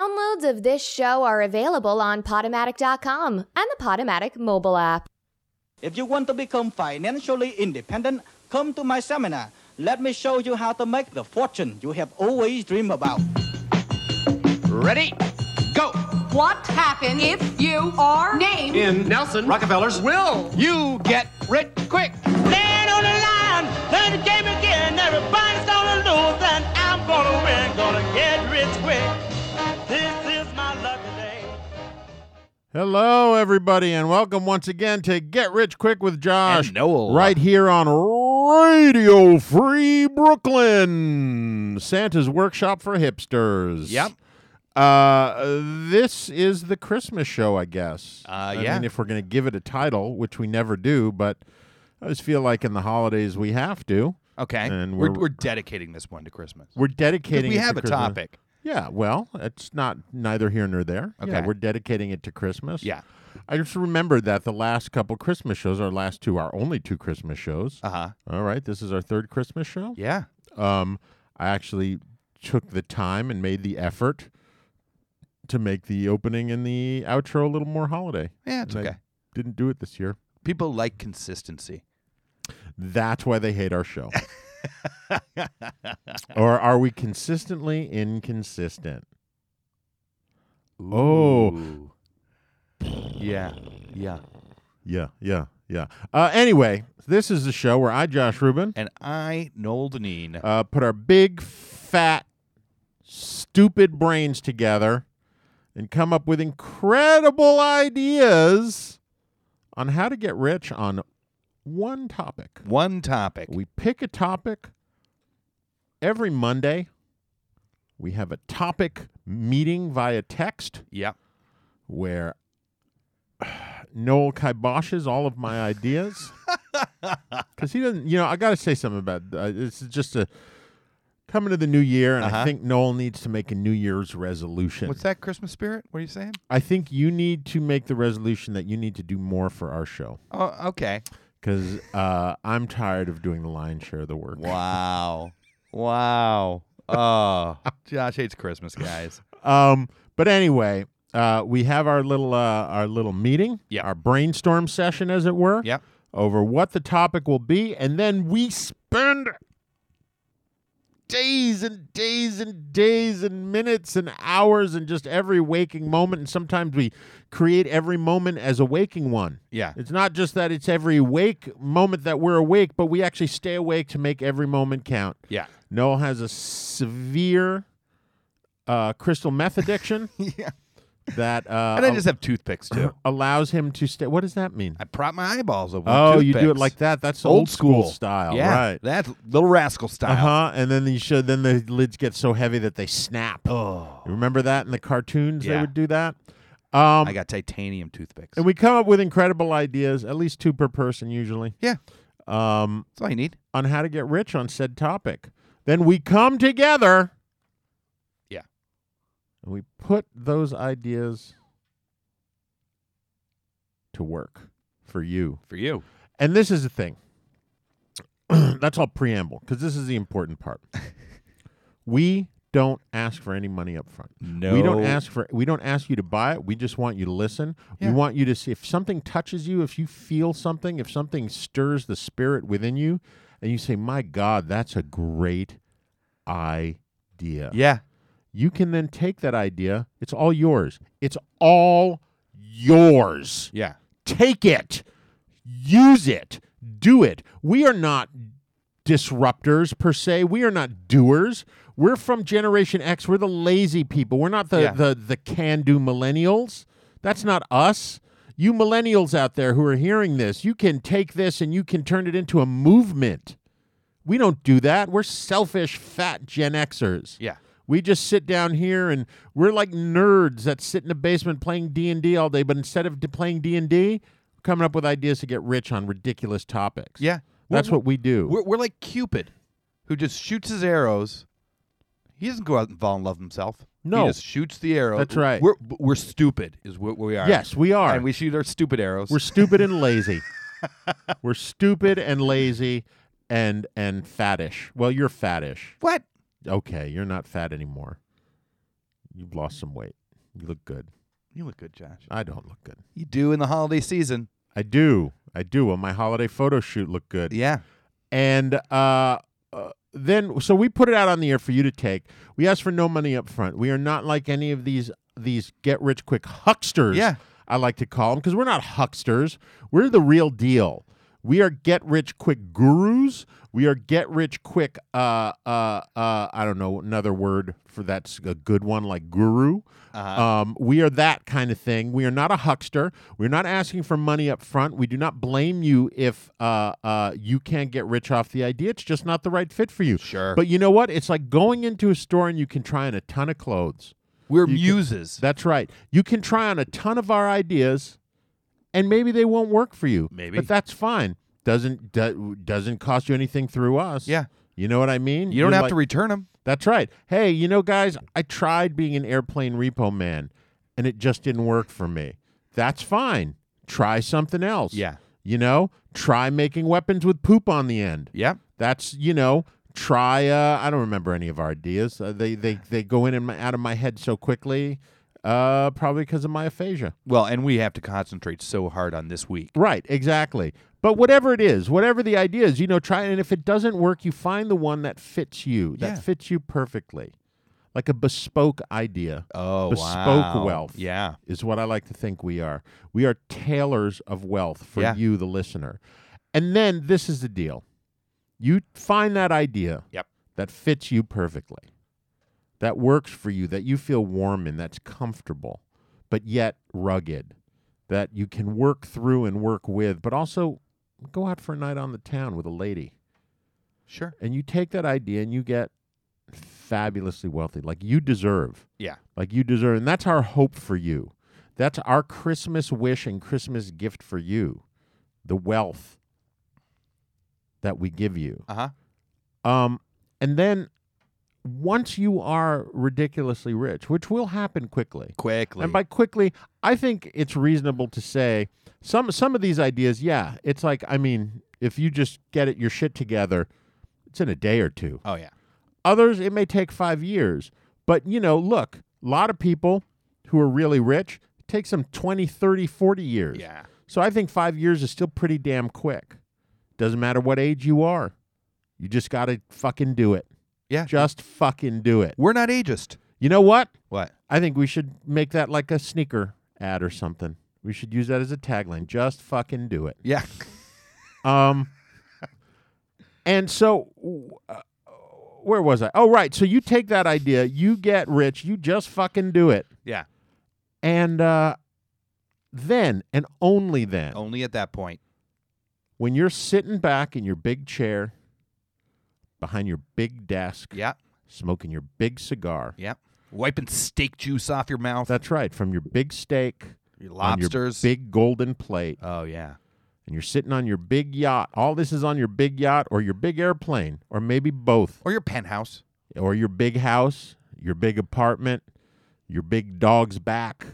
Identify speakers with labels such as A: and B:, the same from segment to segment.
A: Downloads of this show are available on Podomatic.com and the Podomatic mobile app.
B: If you want to become financially independent, come to my seminar. Let me show you how to make the fortune you have always dreamed about.
C: Ready? Go!
D: What happens if you are named?
C: In Nelson Rockefeller's will you get rich quick?
E: Stand on the line, play the game again. Everybody's gonna lose, and I'm gonna win. Gonna get rich quick. This is my lucky day.
F: Hello, everybody, and welcome once again to Get Rich Quick with Josh.
C: And Noel.
F: Right here on Radio Free Brooklyn, Santa's Workshop for Hipsters.
C: Yep.
F: Uh, this is the Christmas show, I guess.
C: Uh,
F: I
C: yeah.
F: mean, if we're going to give it a title, which we never do, but I just feel like in the holidays we have to.
C: Okay.
F: And
C: we're,
F: we're-
C: we're dedicating this one to Christmas.
F: We're dedicating.
C: we
F: it to
C: have a
F: Christmas.
C: topic.
F: Yeah. Well, it's not neither here nor there. Yeah,
C: Okay.
F: we're dedicating it to Christmas.
C: Yeah.
F: I just remembered that the last couple Christmas shows, our last two, our only two Christmas shows.
C: Uh huh.
F: All right, this is our third Christmas show.
C: Yeah.
F: Um, I actually took the time and made the effort to make the opening and the outro a little more holiday.
C: Yeah, it's
F: And I
C: okay.
F: didn't do it this year.
C: People like consistency.
F: That's why they hate our show. or are we consistently inconsistent? Oh.
C: Ooh. Yeah. Yeah.
F: Yeah, yeah, yeah. Uh, anyway, this is the show where I, Josh Rubin,
C: And I, Noel Deneen.
F: uh, put our big, fat, stupid brains together and come up with incredible ideas on how to get rich on one topic.
C: one topic.
F: We pick a topic every Monday. We have a topic meeting via text
C: yeah.
F: where Noel kiboshes all of my ideas because he doesn't. You know, I got to say something about uh, this. Is just a coming to the new year, and
C: Uh-huh.
F: I think Noel needs to make a New Year's resolution.
C: What's that Christmas spirit? What are you saying?
F: I think you need to make the resolution that you need to do more for our show
C: Oh, okay.
F: because uh, I'm tired of doing the lion's share of the work.
C: Wow. wow. Oh, Josh hates Christmas, guys.
F: Um, but anyway, uh, we have our little uh, our little meeting,
C: Yeah.
F: our brainstorm session, as it were,
C: Yep.
F: over what the topic will be, and then we spend days and days and days and minutes and hours and just every waking moment, and sometimes we create every moment as a waking one.
C: Yeah.
F: It's not just that it's every wake moment that we're awake, but we actually stay awake to make every moment count.
C: Yeah.
F: Noel has a severe uh, crystal meth addiction
C: Yeah.
F: that uh,
C: And I just have toothpicks too.
F: allows him to stay. What does that mean?
C: I prop my eyeballs open. with
F: Oh, you do it
C: toothpicks.
F: like that? That's
C: old,
F: school, style,
C: Yeah,
F: right?
C: That's little rascal
F: Uh
C: style.
F: huh. And then you should. Then the lids get so heavy that they snap.
C: Oh,
F: You remember that in the cartoons? They
C: Yeah.
F: would do that. Um,
C: I got titanium toothpicks.
F: and we come up with incredible ideas, at least two per person usually,
C: yeah,
F: um,
C: that's all you need.
F: on how to get rich on said topic. Then we come together.
C: Yeah.
F: And we put those ideas to work for you.
C: For you,
F: And this is the thing. That's all preamble because this is the important part. we don't ask for any money up front.
C: no.
F: We don't ask for we don't ask you to buy it. We just want you to listen.
C: Yeah.
F: We want you to see if something touches you, if you feel something, if something stirs the spirit within you and you say, "My god, that's a great idea."
C: Yeah,
F: You can then take that idea. It's all yours. It's all yours
C: yeah.
F: take it, use it, do it. We are not disruptors per se. We are not doers. We're from Generation X. We're the lazy people. We're not the
C: Yeah.
F: the, the can do millennials. That's not us. You millennials out there who are hearing this, you can take this and you can turn it into a movement. We don't do that. We're selfish, fat Gen Xers.
C: Yeah.
F: We just sit down here and we're like nerds that sit in the basement playing D and D all day. But instead of d- playing D and D, coming up with ideas to get rich on ridiculous topics.
C: Yeah.
F: that's
C: We're-
F: what we do.
C: We're, we're like Cupid, who just shoots his arrows. He doesn't go out and fall in love himself.
F: No.
C: he just shoots the arrow.
F: That's right.
C: We're we're stupid, is what we are.
F: yes, we are.
C: and we shoot our stupid arrows.
F: we're stupid and lazy. we're stupid and lazy, and and fattish. Well, you're fattish.
C: what?
F: Okay, you're not fat anymore. You've lost some weight. You look good.
C: You look good, Josh.
F: I don't look good.
C: Uh, You do in the holiday season.
F: I do. I do. On my holiday photo shoot, look good.
C: Yeah.
F: and uh, uh, then so we put it out on the air for you to take. We asked for no money up front. We are not like any of these these get rich quick hucksters.
C: Yeah.
F: I like to call them because we're not hucksters. We're the real deal. We are get rich quick gurus. We are get rich quick. Uh, uh, uh, I don't know another word for that's a good one like guru. Um, we are that kind of thing. We are not a huckster. We're not asking for money up front. We do not blame you if uh, uh, you can't get rich off the idea. It's just not the right fit for you.
C: Sure.
F: But you know what? It's like going into a store and you can try on a ton of clothes.
C: We're
F: You can-
C: muses.
F: That's right. You can try on a ton of our ideas, and maybe they won't work for you.
C: Maybe.
F: but that's fine. Doesn't do, doesn't cost you anything through us.
C: Yeah.
F: you know what I mean.
C: you don't
F: You're
C: have
F: like-
C: to return them.
F: That's right. Hey, you know, guys, I tried being an airplane repo man, and it just didn't work for me. That's fine. Try something else.
C: Yeah.
F: you know, try making weapons with poop on the end.
C: Yep.
F: That's you know, try. Uh, I don't remember any of our ideas. Uh, they they they go in and my, out of my head so quickly. Uh, probably because of my aphasia.
C: Well, and we have to concentrate so hard on this week.
F: Right, exactly. But whatever it is, whatever the idea is, you know, try and if it doesn't work, you find the one that fits you, that
C: Yeah.
F: fits you perfectly, like a bespoke idea.
C: Oh,
F: bespoke
C: wow.
F: wealth.
C: Yeah.
F: is what I like to think we are. We are tailors of wealth for
C: Yeah.
F: you, the listener. And then this is the deal: you find that idea
C: Yep.
F: that fits you perfectly, that works for you, that you feel warm in, that's comfortable, but yet rugged, that you can work through and work with, but also go out for a night on the town with a lady.
C: Sure.
F: And you take that idea and you get fabulously wealthy, like you deserve.
C: Yeah.
F: Like you deserve. And that's our hope for you. That's our Christmas wish and Christmas gift for you the wealth that we give you.
C: Uh huh.
F: Um, and then once you are ridiculously rich, which will happen quickly,
C: Quickly.
F: and by quickly, I think it's reasonable to say some some of these ideas. Yeah, it's like I mean, if you just get it your shit together, it's in a day or two.
C: oh yeah.
F: Others, it may take five years. But, you know, look, a lot of people who are really rich, it takes them 20, 30, 40 years.
C: Yeah.
F: So I think five years is still pretty damn quick. Doesn't matter what age you are. You just got to fucking do it.
C: Yeah.
F: Just fucking do it.
C: We're not ageist.
F: You know what?
C: What?
F: I think we should make that like a sneaker ad or something. We should use that as a tagline. Just fucking do it.
C: Yeah.
F: Um, and so, uh, where was I? Oh, right. So you take that idea, you get rich, you just fucking do it,
C: yeah.
F: and uh, then and only then,
C: Only at that point.
F: when you're sitting back in your big chair, behind your big desk,
C: Yeah.
F: smoking your big cigar.
C: Yeah. Wiping steak juice off your mouth.
F: That's right, from your big steak,
C: your
F: on your
C: lobsters.
F: big golden plate.
C: oh yeah.
F: and you're sitting on your big yacht. All this is on your big yacht or your big airplane or maybe both
C: Or your penthouse.
F: or your big house, your big apartment, your big dog's back,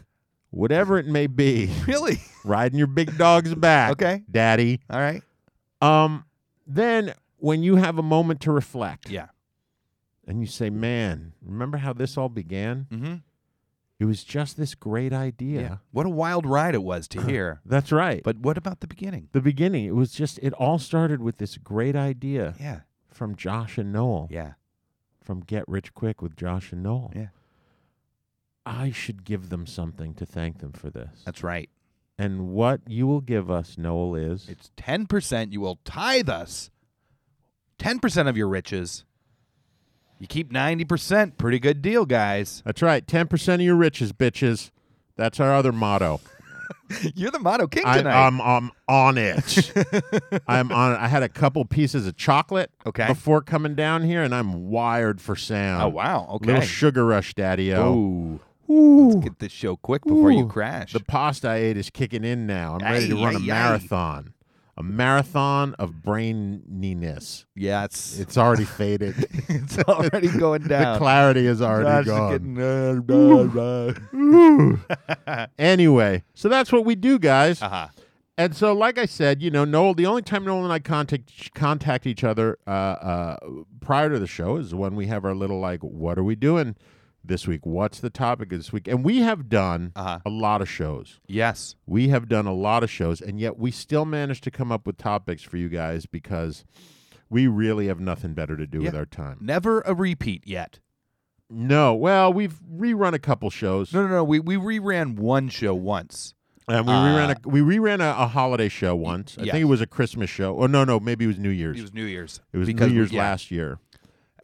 F: whatever it may be.
C: Really?
F: Riding your big dog's back.
C: Okay.
F: Daddy.
C: All right.
F: Um then when you have a moment to reflect
C: Yeah.
F: and you say, "Man, remember how this all began?
C: Mm-hmm.
F: It was just this great idea."
C: What a wild ride it was to hear.
F: That's right.
C: But what about the beginning?
F: the beginning, it was just it all started with this great idea
C: Yeah.
F: from Josh and Noel.
C: Yeah.
F: from Get Rich Quick with Josh and Noel.
C: Yeah.
F: I should give them something to thank them for this.
C: That's right.
F: and what you will give us, Noel, is
C: It's 10%. You will tithe us 10% of your riches. You keep 90%. Pretty good deal, guys.
F: that's right, ten percent of your riches, bitches. That's our other motto.
C: You're the motto king
F: I,
C: tonight.
F: I'm, I'm on it. I'm on. it. I had a couple pieces of chocolate
C: Okay.
F: before coming down here, and I'm wired for sound.
C: oh, wow. Okay.
F: Little sugar rush, daddy.
C: Ooh. Get this show quick before you
F: Ooh.
C: crash.
F: The pasta I ate is kicking in now. I'm ready to
C: Aye,
F: run a
C: aye, aye.
F: marathon. A marathon of braininess.
C: yeah, it's,
F: It's already faded.
C: it's already going
F: the
C: down.
F: clarity is
C: Josh
F: already
C: is
F: gone.
C: getting, uh, blah, blah.
F: anyway, so that's what we do, guys.
C: Uh-huh.
F: And so, like I said, you know, Noel, the only time Noel and I contact contact each other uh, uh, prior to the show is when we have our little like, what are we doing this week. What's the topic of this week? And we have done
C: Uh-huh.
F: a lot of shows.
C: Yes.
F: We have done a lot of shows, and yet we still managed to come up with topics for you guys because we really have nothing better to do with
C: Yeah.
F: our time.
C: Never a repeat yet.
F: No, well, we've rerun a couple shows,
C: No, no, no. We we reran one show once.
F: and we reran a we reran a, a holiday show once. I
C: Uh, yes.
F: think it was a Christmas show. Oh no, no, maybe it was New Year's.
C: It was New Year's.
F: It was
C: Because
F: New
C: we-
F: Year's
C: yeah.
F: last year.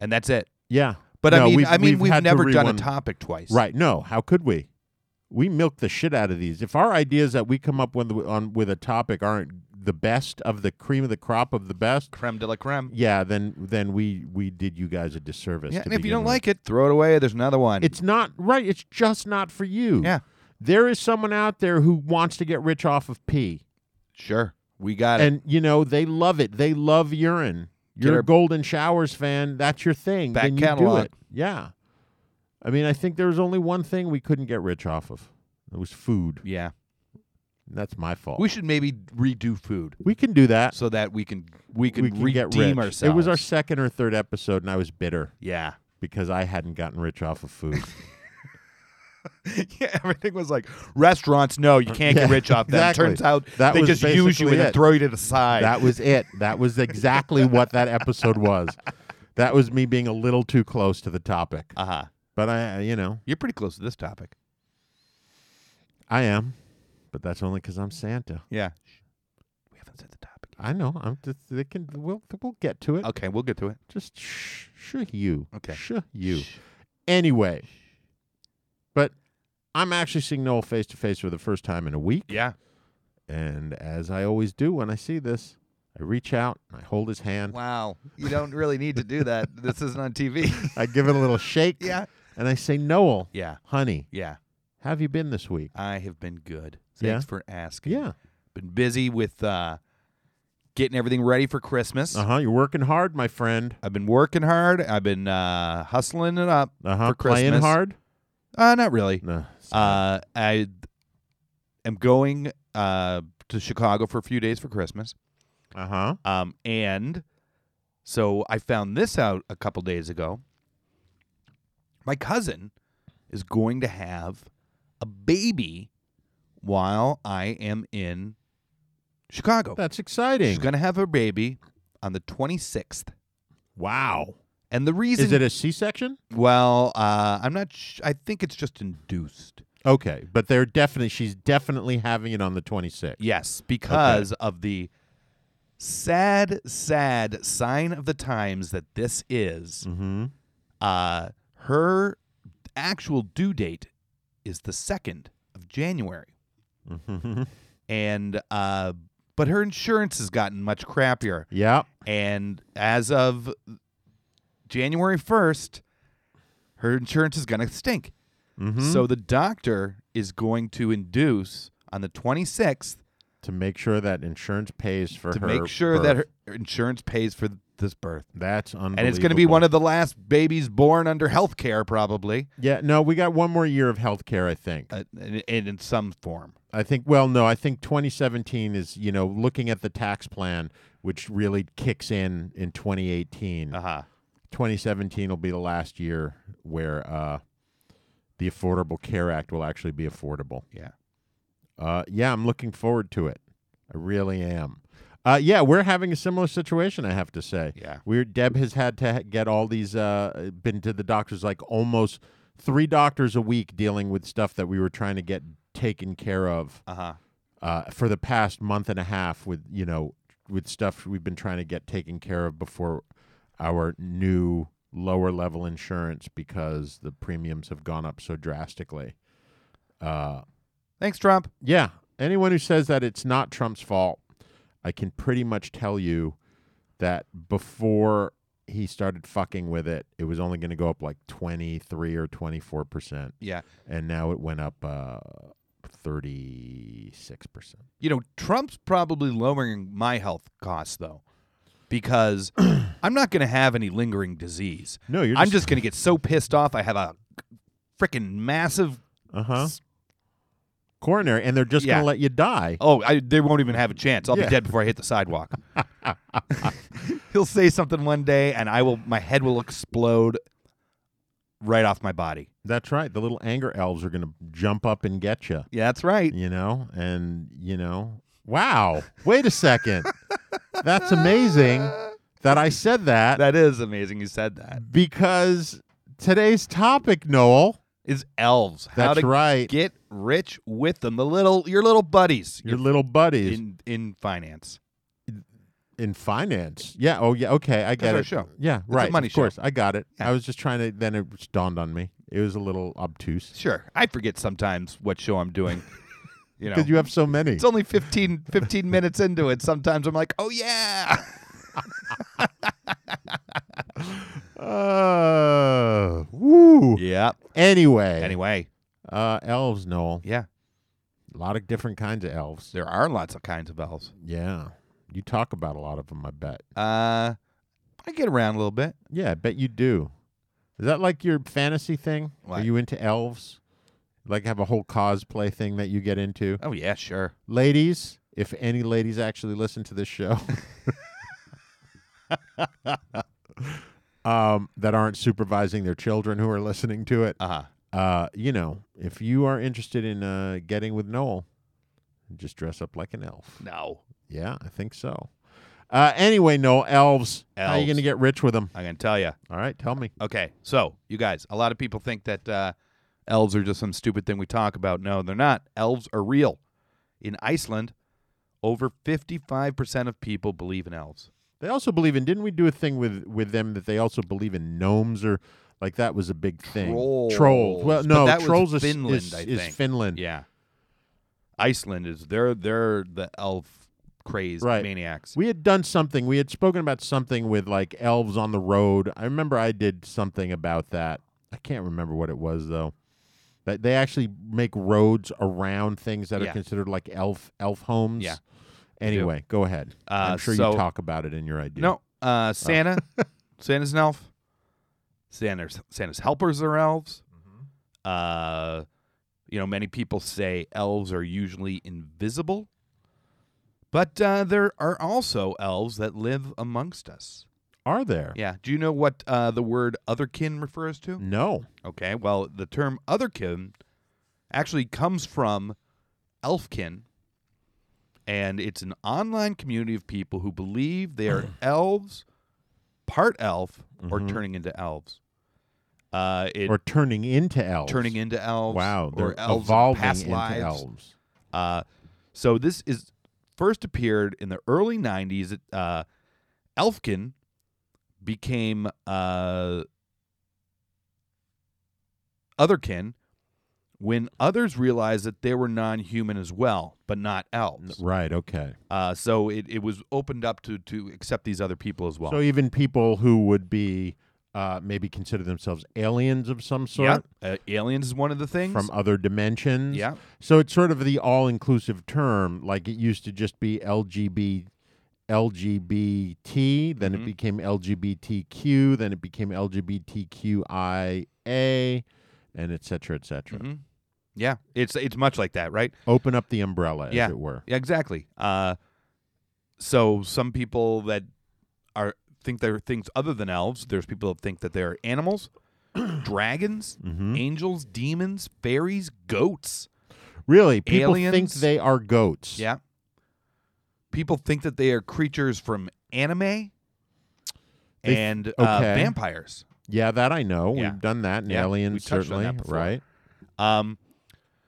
C: and that's it.
F: Yeah,
C: But
F: No,
C: I mean,
F: we've-
C: I mean, we've,
F: had to
C: never done a
F: rewind-
C: topic twice.
F: Right? No, how could we? We milk the shit out of these. If our ideas that we come up with on with a topic aren't the best of the cream of the crop of the best,
C: Creme de la creme.
F: yeah, then then we we did you guys a disservice.
C: Yeah,
F: to
C: and if you
F: begin
C: don't
F: with.
C: like it, throw it away. There's another one.
F: it's not right. It's just not for you.
C: Yeah.
F: There is someone out there who wants to get rich off of pee.
C: sure. We got it.
F: And you know, they love it. They love urine. You're
C: Get
F: a
C: a-
F: golden showers fan. That's your thing.
C: Back
F: then you
C: catalog.
F: do it. Yeah. I mean, I think there was only one thing we couldn't get rich off of. It was food.
C: Yeah.
F: And That's my fault.
C: We should maybe redo food
F: we can do that.
C: so that we can we can,
F: we can get
C: redeem
F: rich.
C: ourselves.
F: It was our second or third episode, and I was bitter
C: yeah.
F: because I hadn't gotten rich off of food.
C: Yeah, everything was like restaurants. No, you can't get
F: Yeah,
C: rich off them.
F: exactly.
C: Turns out
F: That
C: they
F: was
C: just use you
F: basically
C: and then
F: it.
C: throw you to the side.
F: that was it. That was exactly what that episode was. That was me being a little too close to the topic.
C: uh huh.
F: But I, you know,
C: You're pretty close to this topic.
F: I am. But that's only because I'm Santa.
C: Yeah. We haven't said the topic.
F: I know. I'm just. They can. We'll. We'll get to it.
C: Yet. Okay, we'll get to it.
F: Just shh, shh, you.
C: Okay.
F: Shh, you. Anyway, but I'm actually seeing Noel face to face for the first time in a week,
C: Yeah.
F: and as I always do when I see this, I reach out and I hold his hand.
C: Wow. You don't really need to do that. This isn't on TV.
F: I give it a little shake.
C: Yeah.
F: And I say, Noel,
C: yeah.
F: honey,
C: Yeah.
F: how have you been this week?
C: I have been good.
F: Yeah?
C: Thanks for asking.
F: Yeah.
C: Been busy with uh getting everything ready for Christmas.
F: Uh huh. You're working hard, my friend.
C: I've been working hard. I've been uh hustling it up
F: Uh huh.
C: for Christmas.
F: Playing hard.
C: Uh not really.
F: No. it's
C: Uh
F: not.
C: I am going uh to Chicago for a few days for Christmas.
F: Uh huh.
C: Um, and so I found this out a couple days ago. My cousin is going to have a baby while I am in Chicago.
F: That's exciting.
C: She's going to have her baby on the 26th.
F: wow.
C: And the reason,
F: Is it a C-section?
C: well, uh, I'm not. Sh- I think it's just induced.
F: Okay, but they're definitely she's definitely having it on the 26th.
C: Yes, because of the sad, sad sign of the times that this is.
F: Mm-hmm.
C: Uh, her actual due date is the second of January,
F: Mm-hmm.
C: and uh, but her insurance has gotten much crappier.
F: Yeah.
C: And as of January first, her insurance is gonna stink.
F: Mm-hmm.
C: So the doctor is going to induce on the twenty sixth
F: to make sure that insurance pays for
C: to
F: her
C: make sure that
F: birth.
C: her insurance pays for this birth.
F: that's unbelievable.
C: And it's going to be one of the last babies born under health care, probably,
F: yeah. No, we got one more year of health care. I think.
C: uh, and and in some form.
F: I think. Well, no, I think 2017 is you know looking at the tax plan, which really kicks in in 2018.
C: Uh huh.
F: 2017 will be the last year where uh, the Affordable Care Act will actually be affordable.
C: Yeah.
F: Uh, yeah, I'm looking forward to it. I really am. Uh, yeah, we're having a similar situation. I have to say.
C: Yeah.
F: we're Deb has had to ha- get all these. Uh, been to the doctors like almost three doctors a week dealing with stuff that we were trying to get taken care of
C: Uh huh.
F: uh, for the past month and a half. With you know, with stuff we've been trying to get taken care of before our new lower level insurance because the premiums have gone up so drastically. Uh,
C: Thanks, Trump.
F: yeah. Anyone who says that it's not Trump's fault, I can pretty much tell you that before he started fucking with it, it was only going to go up like 23 or 24%.
C: Yeah.
F: And now it went up uh, 36%.
C: You know, Trump's probably lowering my health costs, though, because I'm not going to have any lingering disease.
F: No, you're
C: I'm
F: just-
C: just going to get so pissed off. I have a freaking massive.
F: Uh huh. Coronary. And they're just going
C: Yeah.
F: to let you die.
C: Oh, I, they won't even have a chance. I'll
F: Yeah.
C: be dead before I hit the sidewalk. He'll say something one day, and I will. My head will explode. right off my body.
F: That's right. The little anger elves are going to jump up and get you,
C: Yeah, that's right.
F: you know? And, you know, wow. Wait a second. That's amazing that I said that,
C: That is amazing. You said that.
F: because today's topic, Noel,
C: Is elves. How
F: That's
C: to
F: right.
C: Get rich with them. The little your little buddies.
F: your little buddies in,
C: in in finance.
F: finance. Yeah. Oh, yeah. Okay. I get
C: our
F: it.
C: show.
F: Yeah.
C: a
F: right.
C: money
F: of course.
C: show.
F: I got it.
C: Yeah.
F: I was just trying to, then it just dawned on me. It was a little obtuse.
C: Sure. I forget sometimes what show I'm doing. You know.
F: Because you have so many.
C: it's only 15, 15 minutes into it. Sometimes I'm like, "Oh yeah."
F: Uh, woo.
C: yep.
F: Anyway.
C: Anyway,
F: Uh, elves, Noel.
C: yeah.
F: A lot of different kinds of elves.
C: There are lots of kinds of elves.
F: Yeah. You talk about a lot of them, I bet.
C: Uh I get around a little bit.
F: Yeah, I bet you do. Is that like your fantasy thing? Are
C: What?
F: you into elves? Like have a whole cosplay thing that you get into?
C: Oh yeah, sure.
F: Ladies, if any ladies actually listen to this show um, that aren't supervising their children who are listening to it,
C: Uh-huh.
F: uh, you know, if you are interested in uh, getting with Noel, just dress up like an elf.
C: No.
F: Yeah, I think so. Uh, anyway, Noel, elves, How you
C: Elves.
F: going to get rich with them?
C: I'm going to tell you.
F: All right, tell me.
C: Okay, so you guys, a lot of people think that uh, elves are just some stupid thing we talk about. No, they're not. Elves are real. In Iceland, over 55% of people believe in elves.
F: They also believe in. Didn't we do a thing with with them that they also believe in gnomes or like that was a big thing.
C: Trolls.
F: Well,
C: But
F: no,
C: that was
F: trolls is
C: Finland,
F: Is,
C: I
F: is
C: think.
F: Finland.
C: Yeah. Iceland is they're they're the elf crazed
F: Right.
C: maniacs.
F: We had done something. We had spoken about something with like elves on the road. I remember I did something about that. I can't remember what it was though. That they actually make roads around things that are
C: Yeah.
F: considered like elf elf homes.
C: Yeah, do.
F: Anyway, go ahead.
C: Uh,
F: I'm sure
C: so-
F: you talk about it in your idea.
C: no, uh, Santa, Santa's an elf. Santa's Santa's helpers are elves. Uh, you know, many people say elves are usually invisible, but uh, there are also elves that live amongst us.
F: Are there?
C: Yeah. Do you know what uh, the word otherkin refers to?
F: No.
C: Okay. Well, the term otherkin actually comes from elfkin, and it's an online community of people who believe they are elves, part elf, or turning into elves. Uh, it
F: Mm-hmm. or turning into elves.
C: turning into elves.
F: Wow, they're
C: or elves in
F: evolving
C: past
F: into
C: lives.
F: elves.
C: Uh, so this is first appeared in the early '90s. Uh, Elfkin became uh, Otherkin when others realized that they were non-human as well, but not elves.
F: Right. Okay.
C: Uh, so it, it was opened up to to accept these other people as well.
F: so even people who would be uh, maybe consider themselves aliens of some
C: yeah,
F: sort
C: uh, aliens is one of the things.
F: from other dimensions.
C: Yeah.
F: So it's sort of the all-inclusive term. Like it used to just be LGB, LGBT. Then
C: Mm-hmm.
F: it became LGBTQ. Then it became LGBTQIA, and et cetera, et cetera.
C: Mm-hmm. yeah, it's it's much like that, right?
F: Open up the umbrella,
C: yeah.
F: as it were.
C: Yeah, exactly. Uh, so some people that are think they're things other than elves. There's people that think that they're animals, dragons,
F: Mm-hmm.
C: angels, demons, fairies, goats.
F: Really, people think
C: Aliens.
F: they are goats.
C: Yeah. People think that they are creatures from anime
F: They-
C: and uh,
F: okay.
C: vampires.
F: Yeah, that I know.
C: Yeah.
F: We've done that in
C: Yeah, we
F: Aliens,
C: touched on
F: certainly.
C: that before.
F: right?
C: Um,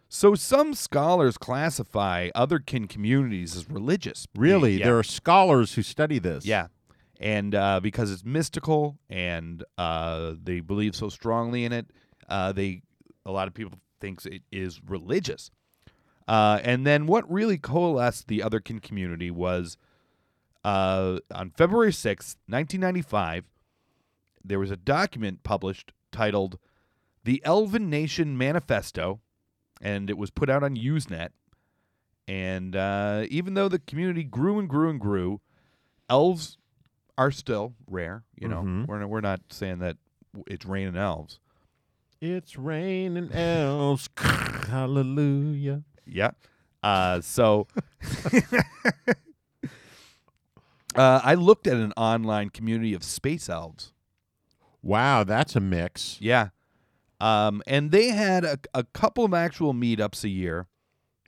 C: so some scholars classify other kin communities as religious.
F: Really,
C: Yeah.
F: there are scholars who study this.
C: Yeah. And uh, because it's mystical and uh, they believe so strongly in it, uh, they a lot of people thinks it is religious. Uh, and then what really coalesced the otherkin community was uh, on February 6th, 1995, there was a document published titled The Elven Nation Manifesto, and it was put out on Usenet. And uh, even though the community grew and grew and grew, elves are still rare. You know, we're not, we're not saying that w- it's raining elves.
F: It's raining elves. Hallelujah.
C: Yeah. Uh, so uh, I looked at an online community of space elves.
F: Wow, that's a mix.
C: Yeah. Um, and they had a, a couple of actual meetups a year,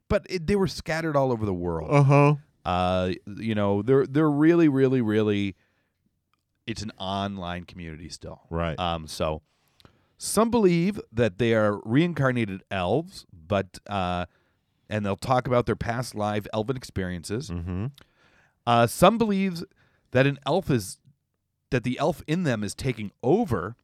C: but it, they were scattered all over the world.
F: Uh huh.
C: Uh, you know, they're they're really, really, really. It's an online community still,
F: Right.
C: Um, so some believe that they are reincarnated elves, but uh, and they'll talk about their past live elven experiences.
F: Mhm.
C: Uh, some believes that an elf is that the elf in them is taking over,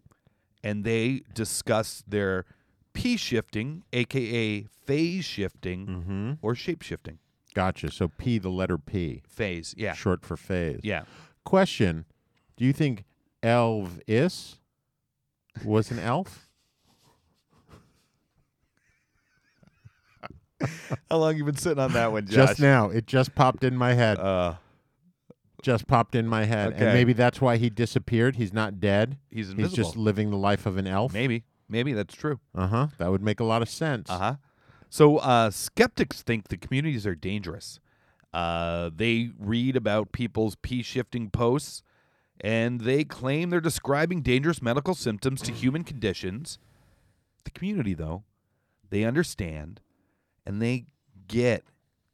C: and they discuss their p shifting, aka phase shifting, or shape shifting
F: Gotcha. So P, the letter P,
C: phase. Yeah,
F: short for phase.
C: yeah.
F: Question: Do you think Elvis was an elf?
C: How long you been sitting on that one,
F: Just now, it just popped in my head.
C: Uh,
F: just popped in my head,
C: okay.
F: and maybe that's why he disappeared. He's not dead.
C: He's
F: He's just
C: invisible.
F: living the life of an elf.
C: maybe, maybe that's true.
F: Uh huh. That would make a lot of sense.
C: Uh huh. So uh, skeptics think the communities are dangerous. Uh, they read about people's pea shifting posts, and they claim they're describing dangerous medical symptoms to human conditions. The community, though, they understand, and they get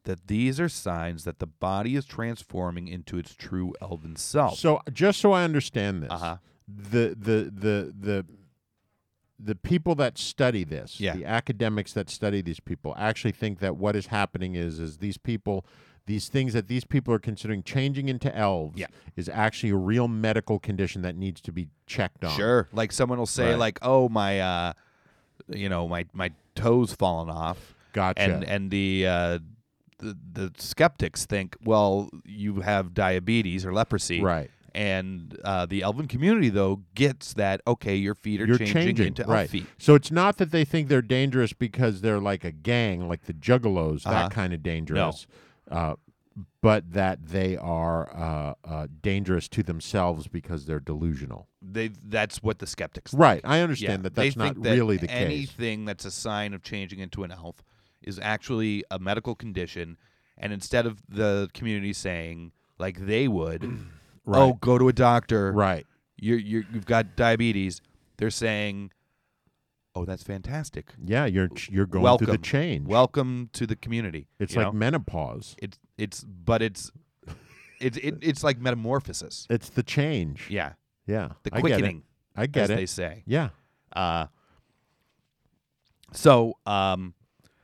C: that these are signs that the body is transforming into its true elven self.
F: So just so I understand this,
C: Uh-huh.
F: the the the the the people that study this,
C: Yeah.
F: the academics that study these people, actually think that what is happening is is these people, these things that these people are considering changing into elves,
C: Yeah.
F: is actually a real medical condition that needs to be checked on.
C: Sure. Like someone will say,
F: Right.
C: like, "Oh my, uh, you know, my my toes fallen off."
F: Gotcha.
C: And and the, uh, the the skeptics think, well, you have diabetes or leprosy,
F: Right.
C: And uh, the elven community though gets that. Okay, your feet are
F: You're
C: changing,
F: changing
C: into
F: right.
C: elf feet.
F: So it's not that they think they're dangerous because they're like a gang, like the Juggalos,
C: Uh-huh.
F: that kind of dangerous. Uh, but that they are uh, uh, dangerous to themselves because they're delusional.
C: They that's what the skeptics. Think.
F: Right. I
C: Yeah.
F: understand that
C: They
F: that's not
C: think that
F: really the case.
C: Anything that's a sign of changing into an elf is actually a medical condition, and instead of the community saying like they would. Oh,
F: Right.
C: go to a doctor.
F: Right.
C: you're, you're you've got diabetes. They're saying, "Oh, that's fantastic.
F: Yeah. You're you're going
C: Welcome
F: through the change.
C: Welcome to the community."
F: it's
C: you
F: like
C: know?
F: menopause.
C: it's it's but it's it's it, it's like metamorphosis.
F: It's the change.
C: Yeah,
F: Yeah.
C: the
F: I get it.
C: quickening,
F: I get
C: as they
F: it.
C: say.
F: Yeah.
C: Uh, so um,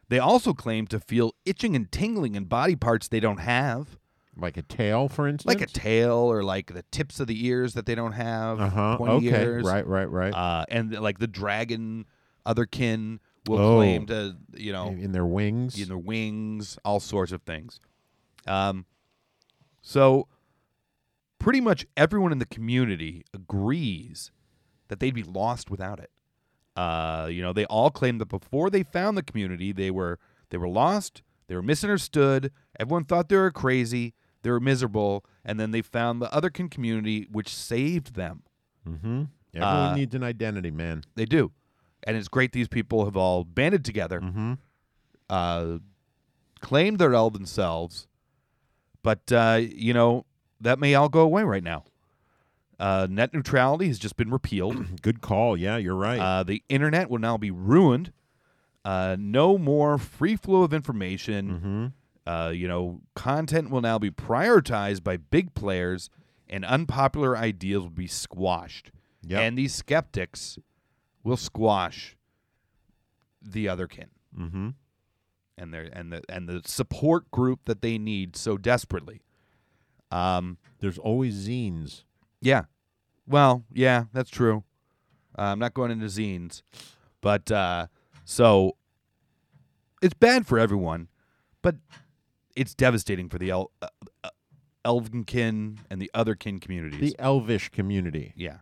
C: they also claim to feel itching and tingling in body parts they don't have,
F: Like a tail, for instance.
C: like a tail or like the tips of the ears that they don't have.
F: Uh huh.
C: pointy
F: Okay.
C: ears.
F: Right. Right. Right.
C: uh, and th- like the dragon other kin will
F: Oh.
C: claim to you know
F: in their wings.
C: in their wings all sorts of things um, so pretty much everyone in the community agrees that they'd be lost without it uh, you know they all claim that before they found the community they were they were lost they were misunderstood everyone thought they were crazy they were miserable and then they found the other kin community which saved them
F: Mm-hmm. Everyone
C: Uh,
F: needs an identity, man.
C: They do. And it's great these people have all banded together, uh, claimed their elven selves, but, uh, you know, that may all go away right now. Uh, net neutrality has just been repealed.
F: Good call. Yeah, you're right.
C: Uh, the internet will now be ruined. Uh, no more free flow of information.
F: Mm-hmm.
C: Uh, you know, content will now be prioritized by big players, and unpopular ideas will be squashed.
F: Yep.
C: And these skeptics will squash the other kin
F: mm-hmm.
C: and their and the and the support group that they need so desperately. Um,
F: There's always zines.
C: yeah. Well, yeah, that's true. Uh, I'm not going into zines, but uh, so it's bad for everyone, but it's devastating for the El- uh, uh, Elvenkin and the other kin communities.
F: The elvish community
C: yeah,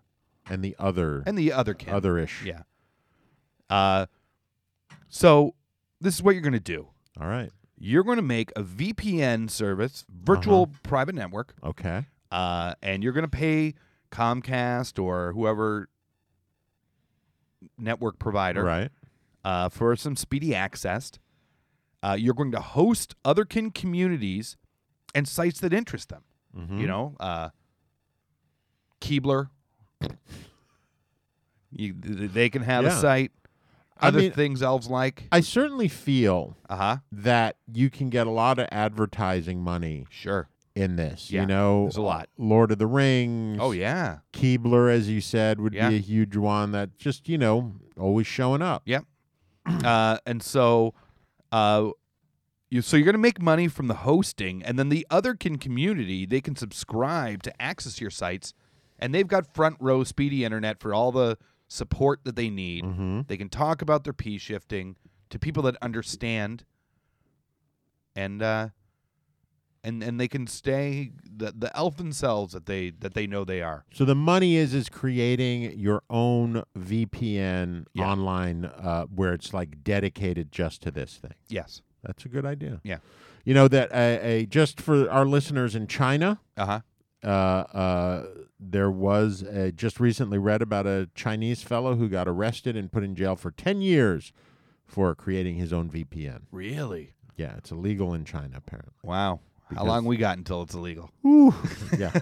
F: and the other
C: and the other kin.
F: otherish.
C: Yeah. Uh, so this is what you're going to do.
F: All right.
C: You're going to make a VPN service,
F: Uh-huh.
C: virtual private network,
F: Okay.
C: uh, and you're going to pay Comcast or whoever network provider
F: Right.
C: uh, for some speedy access. Uh, you're going to host other kin communities and sites that interest them.
F: Mm-hmm.
C: You know, uh, Keebler. You, th- they can have
F: Yeah.
C: a site. Other
F: mean-
C: things elves like?
F: I certainly feel
C: Uh huh.
F: that you can get a lot of advertising money
C: Sure.
F: in this.
C: Yeah,
F: you know,
C: there's a lot.
F: Lord of the Rings.
C: Oh yeah.
F: Keebler, as you said, would
C: Yeah.
F: be a huge one that just you know always showing up.
C: Yep. Uh, and so, uh, you so you're going to make money from the hosting, and then the other kin community they can subscribe to access your sites, and they've got front row speedy internet for all the support that they need. They can talk about their p shifting to people that understand, and uh, and and they can stay the the elf themselves that they that they know they are.
F: So the money is is creating your own VPN
C: Yeah.
F: online uh, where it's like dedicated just to this thing.
C: Yes.
F: That's a good idea.
C: Yeah.
F: You know that a, a just for our listeners in China,
C: Uh huh.
F: uh, uh, there was a, just recently read about a Chinese fellow who got arrested and put in jail for ten years for creating his own VPN.
C: Really?
F: Yeah, it's illegal in China apparently.
C: Wow. How
F: Because-
C: long we got until it's illegal?
F: yeah.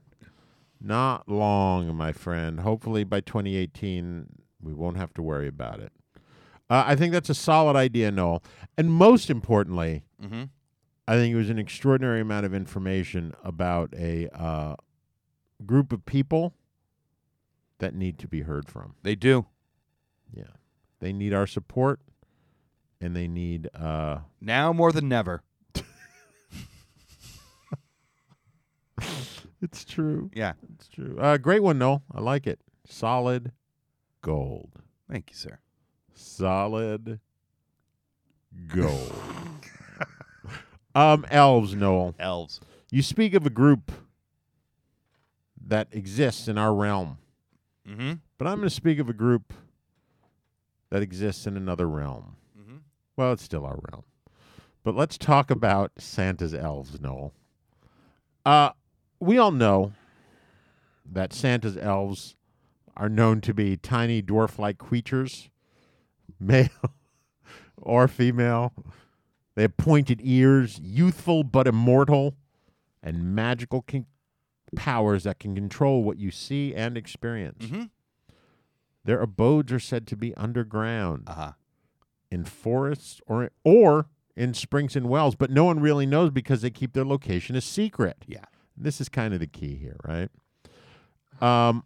F: Not long, my friend. Hopefully by 2018, we won't have to worry about it. Uh, I think that's a solid idea, Noel. And most importantly,
C: Mm-hmm.
F: I think it was an extraordinary amount of information about a uh, group of people that need to be heard from.
C: They do.
F: Yeah. They need our support and they need. Uh,
C: Now more than never.
F: it's true.
C: Yeah.
F: It's true. Uh, great one, Noel. I like it. Solid gold.
C: Thank you, sir.
F: solid gold. um, elves, Noel.
C: Elves.
F: You speak of a group that exists in our realm,
C: Mm-hmm.
F: but I'm going to speak of a group that exists in another realm.
C: Mhm.
F: Well, it's still our realm. But let's talk about Santa's elves, Noel. Uh, we all know that Santa's elves are known to be tiny dwarf like creatures, male or female. They have pointed ears, youthful but immortal, and magical con- powers that can control what you see and experience.
C: Mhm.
F: Their abodes are said to be underground
C: Uh-huh.
F: in forests or or in springs and wells, but no one really knows because they keep their location a secret.
C: Yeah.
F: This is kind of the key here, right? Um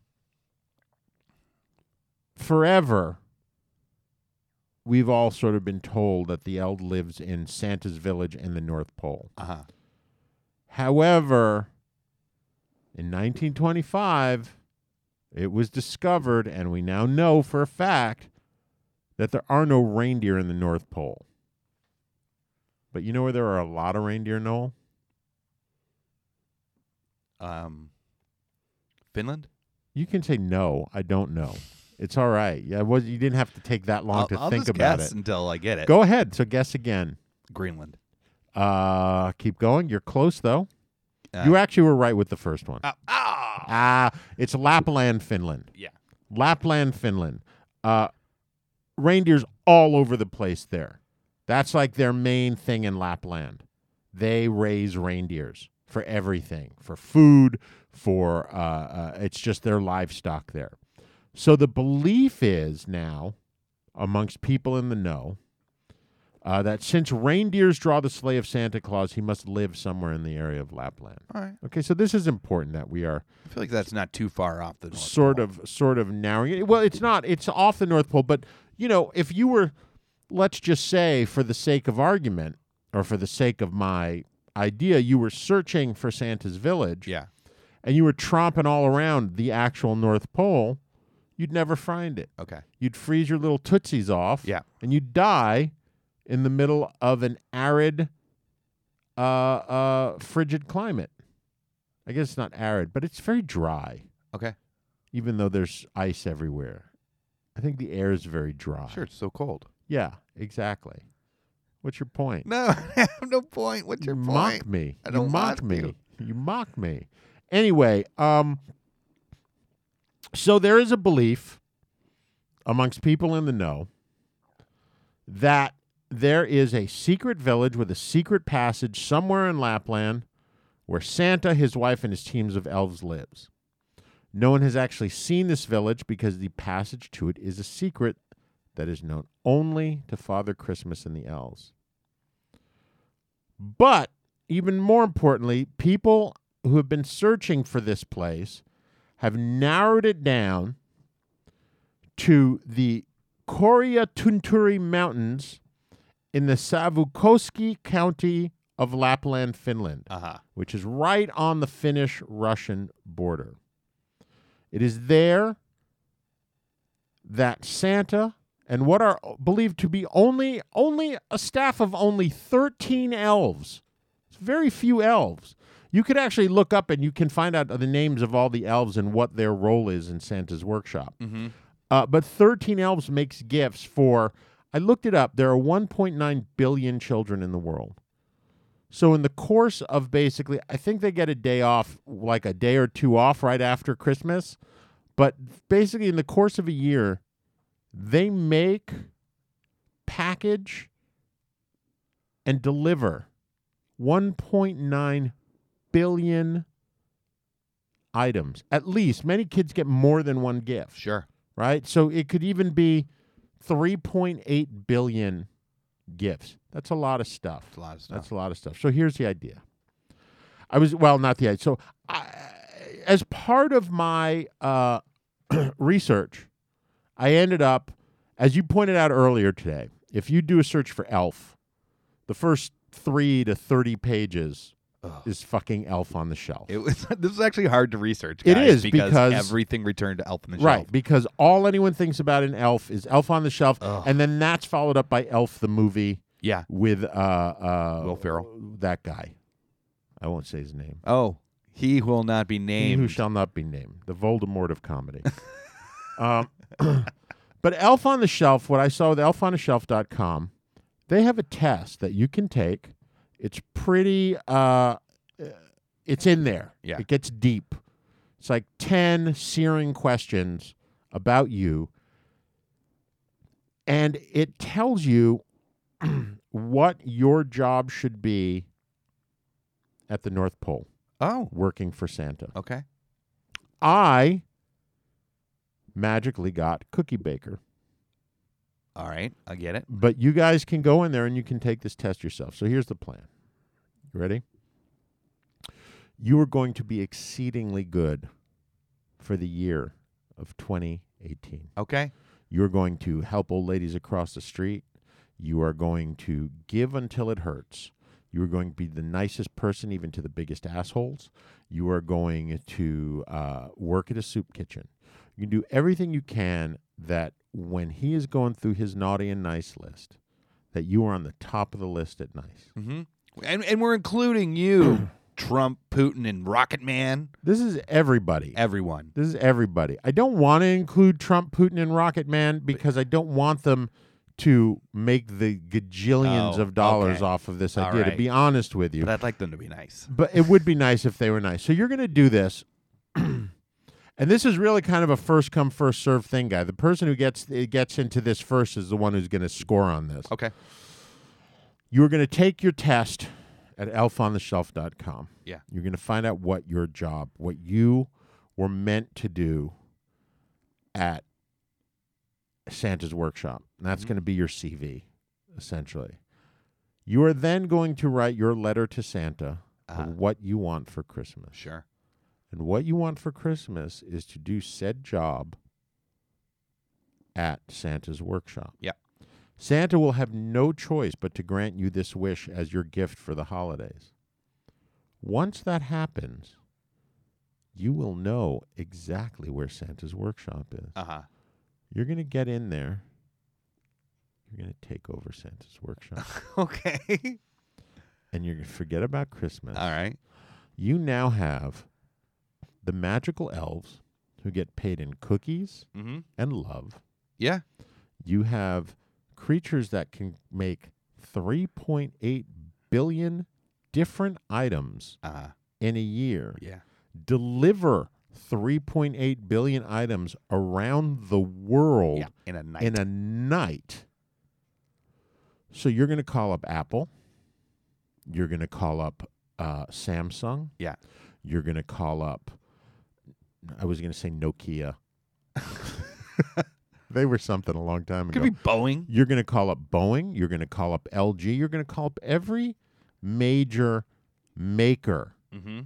F: forever we've all sort of been told that the elf lives in Santa's village and the North Pole.
C: Uh-huh.
F: However, in 1925, it was discovered, and we now know for a fact, that there are no reindeer in the North Pole. But you know where there are a lot of reindeer, Noel?
C: Um Finland?
F: You can say no, I don't know. It's all right. Yeah, it was, you didn't have to take that long
C: I'll,
F: to
C: I'll
F: think
C: just
F: about
C: guess
F: it.
C: until I get it.
F: Go ahead. So guess again.
C: Greenland.
F: Uh, keep going. You're close though.
C: Uh,
F: you actually were right with the first one.
C: Ah, ah!
F: Ah, it's Lapland, Finland.
C: Yeah.
F: Lapland, Finland. Uh, reindeers all over the place there. That's like their main thing in Lapland. They raise reindeers for everything, for food, for uh, uh, it's just their livestock there. So the belief is now amongst people in the know uh, that since reindeers draw the sleigh of Santa Claus, he must live somewhere in the area of Lapland.
C: All right.
F: Okay, so this is important that we are
C: I feel like that's not too far off the North
F: sort
C: Pole.
F: of sort of narrowing it. Well, it's not. It's off the North Pole, but you know, if you were, let's just say, for the sake of argument or for the sake of my idea, you were searching for Santa's village,
C: Yeah.
F: and you were tromping all around the actual North Pole, you'd never find it.
C: Okay.
F: You'd freeze your little tootsies off,
C: Yeah.
F: and you'd die in the middle of an arid, uh, uh, frigid climate. I guess it's not arid, but it's very dry
C: Okay.
F: even though there's ice everywhere. I think the air is very dry.
C: Sure, it's so cold.
F: Yeah, exactly. What's your point?
C: No, I have no point. What's
F: you
C: your
F: mock
C: point?
F: me.
C: I
F: you
C: don't
F: mock
C: want
F: me.
C: to.
F: You mock me. Anyway, um so there is a belief amongst people in the know that there is a secret village with a secret passage somewhere in Lapland where Santa, his wife, and his teams of elves lives. No one has actually seen this village because the passage to it is a secret that is known only to Father Christmas and the elves. But even more importantly, people who have been searching for this place have narrowed it down to the Koria Tunturi Mountains in the Savukoski County of Lapland, Finland
C: Uh huh.
F: which is right on the Finnish Russian border. It is there that Santa and what are believed to be only only a staff of only 13 elves. It's very few elves. You could actually look up and you can find out the names of all the elves and what their role is in Santa's workshop. Uh, but 13 elves makes gifts for I looked it up. There are 1.9 billion children in the world. So in the course of basically, I think they get a day off, like a day or two off right after Christmas. But basically, in the course of a year, they make, package, and deliver 1.9 billion items. At least many kids get more than one gift
C: Sure.
F: right? So it could even be 3.8 billion gifts. That's a lot of stuff.
C: It's a lot of stuff.
F: That's a lot of stuff. So here's the idea. I was well, not the idea. So I, as part of my uh, research, I ended up, as you pointed out earlier today, if you do a search for Elf, the first three to thirty pages is fucking Elf on the shelf.
C: It was. This is actually hard to research.
F: It
C: guys,
F: is, because-
C: everything returned to Elf on the
F: Right,
C: Shelf.
F: because all anyone thinks about in Elf is Elf on the Shelf, and then that's followed up by Elf the movie
C: Yeah.
F: with uh, uh,
C: Will Ferrell.
F: that guy. I won't say his name.
C: Oh, he who will not be
F: He
C: named.
F: who Mm-hmm. shall not be named, the Voldemort of comedy. um, but Elf on the Shelf, what I saw with elfonthishelf.com, they have a test that you can take. It's pretty, uh, uh, it's in there.
C: Yeah.
F: It gets deep. It's like 10 searing questions about you. And it tells you what your job should be at the North Pole
C: oh.
F: working for Santa.
C: Okay.
F: I magically got Cookie Baker.
C: All right. I get it.
F: But you guys can go in there and you can take this test yourself. So here's the plan. You ready? You are going to be exceedingly good for the year of 2018.
C: Okay.
F: You're going to help old ladies across the street. You are going to give until it hurts. You are going to be the nicest person, even to the biggest assholes. You are going to uh, work at a soup kitchen. You can do everything you can that when he is going through his naughty and nice list, that you are on the top of the list at nice.
C: Mm-hmm. And and we're including you, Trump, Putin, and Rocket Man.
F: This is everybody.
C: Everyone.
F: This is everybody. I don't want to include Trump, Putin, and Rocket Man because I don't want them to make the gajillions
C: Oh,
F: of dollars
C: okay.
F: off of this
C: All
F: idea, to
C: right.
F: be honest with you.
C: But I'd like them to be nice.
F: But it would be nice if they were nice. So you're going to do this. and this is really kind of a first come, first serve thing, guy. The person who gets it gets into this first is the one who's going to score on this.
C: Okay.
F: You're going to take your test at elfontheshelf.com.
C: Yeah.
F: You're going to find out what your job, what you were meant to do at Santa's workshop. And
C: Mm-hmm.
F: that's going to be your CV, essentially. You are then going to write your letter to Santa
C: Uh-huh.
F: of what you want for Christmas.
C: Sure.
F: And what you want for Christmas is to do said job at Santa's workshop.
C: Yep.
F: Santa will have no choice but to grant you this wish as your gift for the holidays. Once that happens, you will know exactly where Santa's workshop is.
C: Uh huh.
F: You're going to get in there. You're going to take over Santa's workshop
C: Okay.
F: and you're going to forget about Christmas.
C: All right.
F: you now have the magical elves who get paid in cookies
C: Mm-hmm.
F: and love.
C: Yeah.
F: You have creatures that can make 3.8 billion different items
C: Uh huh.
F: in a year,
C: Yeah.
F: deliver 3.8 billion items around the world
C: Yeah. In a night.
F: in a night. So you're going to call up Apple. You're going to call up uh, Samsung.
C: yeah.
F: You're going to call up, I was going to say Nokia. They were something a long time ago.
C: Could be Boeing.
F: You're going to call up Boeing. You're going to call up LG. You're going to call up every major maker
C: Mm-hmm.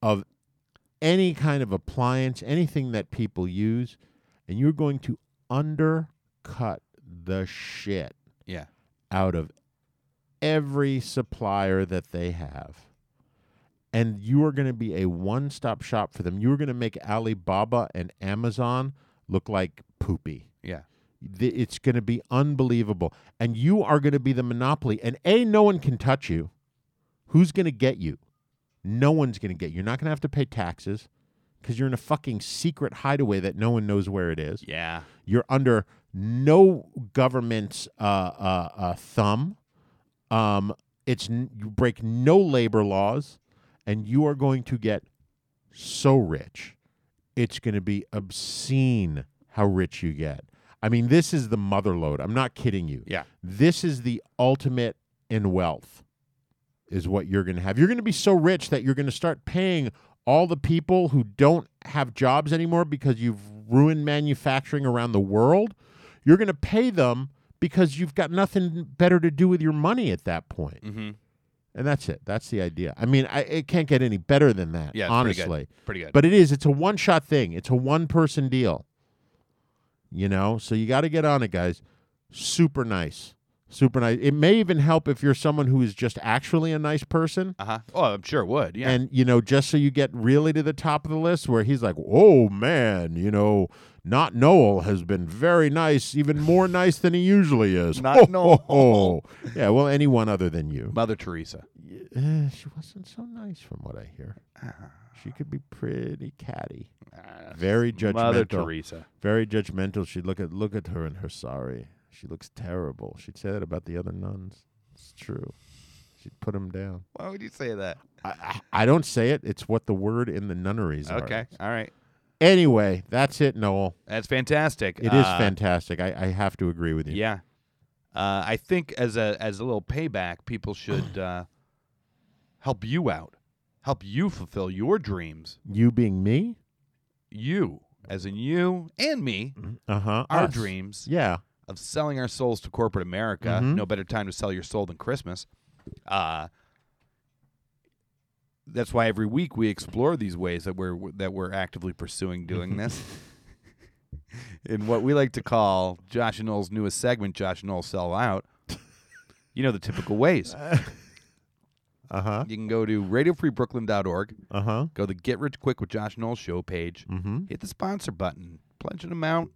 F: of any kind of appliance, anything that people use, and you're going to undercut the shit
C: Yeah.
F: out of every supplier that they have. And you are going to be a one stop shop for them. You're going to make Alibaba and Amazon look like poopy.
C: Yeah.
F: Th- It's going to be unbelievable. And you are going to be the monopoly. And A, no one can touch you. Who's going to get you? No one's going to get you. You're not going to have to pay taxes because you're in a fucking secret hideaway that no one knows where it is.
C: Yeah.
F: You're under no government's uh, uh, uh, thumb. Um, it's n- you break no labor laws, and you are going to get so rich. It's going to be obscene how rich you get. I mean, this is the mother load. I'm not kidding you.
C: Yeah.
F: This is the ultimate in wealth, is what you're going to have. You're going to be so rich that you're going to start paying all the people who don't have jobs anymore because you've ruined manufacturing around the world. You're going to pay them because you've got nothing better to do with your money at that point.
C: Mm-hmm.
F: And that's it. That's the idea. I mean, I, it can't get any better than that,
C: Yeah. it's
F: honestly.
C: Pretty good. Pretty good.
F: But it is. It's a one shot thing. It's a one person deal. You know, so you got to get on it, guys. Super nice. Super nice. It may even help if you're someone who is just actually a nice person.
C: uh huh. Oh, I'm sure it would. Yeah.
F: And, you know, just so you get really to the top of the list where he's like, oh, man, you know, not Noel has been very nice, even more nice than he usually is.
C: Not
F: Ho,
C: Noel.
F: ho, ho. Yeah, well, anyone other than you.
C: Mother Teresa.
F: Uh, she wasn't so nice from what I hear.
C: Ah.
F: She could be pretty catty. Very judgmental.
C: Mother Teresa.
F: Very judgmental. She'd look at look at her and her sorry. She looks terrible. She'd say that about the other nuns. It's true. She'd put them down.
C: Why would you say that?
F: I, I, I don't say it. It's what the word in the nunneries are.
C: Okay. All right.
F: Anyway, that's it, Noel.
C: That's fantastic.
F: It is
C: Uh,
F: fantastic. I, I have to agree with you.
C: Yeah. Uh, I think as a as a little payback, people should uh, help you out, help you fulfill your dreams.
F: You being me?
C: You, as in you and me,
F: Uh huh.
C: our dreams
F: Yeah.
C: of selling our souls to corporate America.
F: Mhm.
C: No better time to sell your soul than Christmas. Uh, that's why every week we explore these ways that we're that we're actively pursuing doing this. In what we like to call Josh and Noel's newest segment, Josh and Noel Sell Out. You know the typical ways.
F: Uh huh.
C: You can go to radiofreebrooklyn.org,
F: Uh huh.
C: go to the Get Rich Quick with Josh Noel show page,
F: hmm.
C: hit the sponsor button, pledge an amount.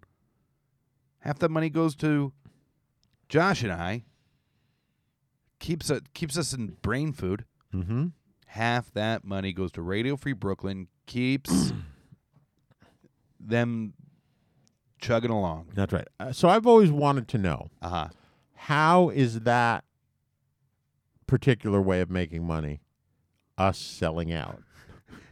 C: Half that money goes to Josh and I. Keeps it keeps us in brain food.
F: Mm hmm.
C: Half that money goes to Radio Free Brooklyn. Keeps them chugging along.
F: That's right. Uh, so I've always wanted to know
C: Uh huh.
F: how is that particular way of making money us selling out?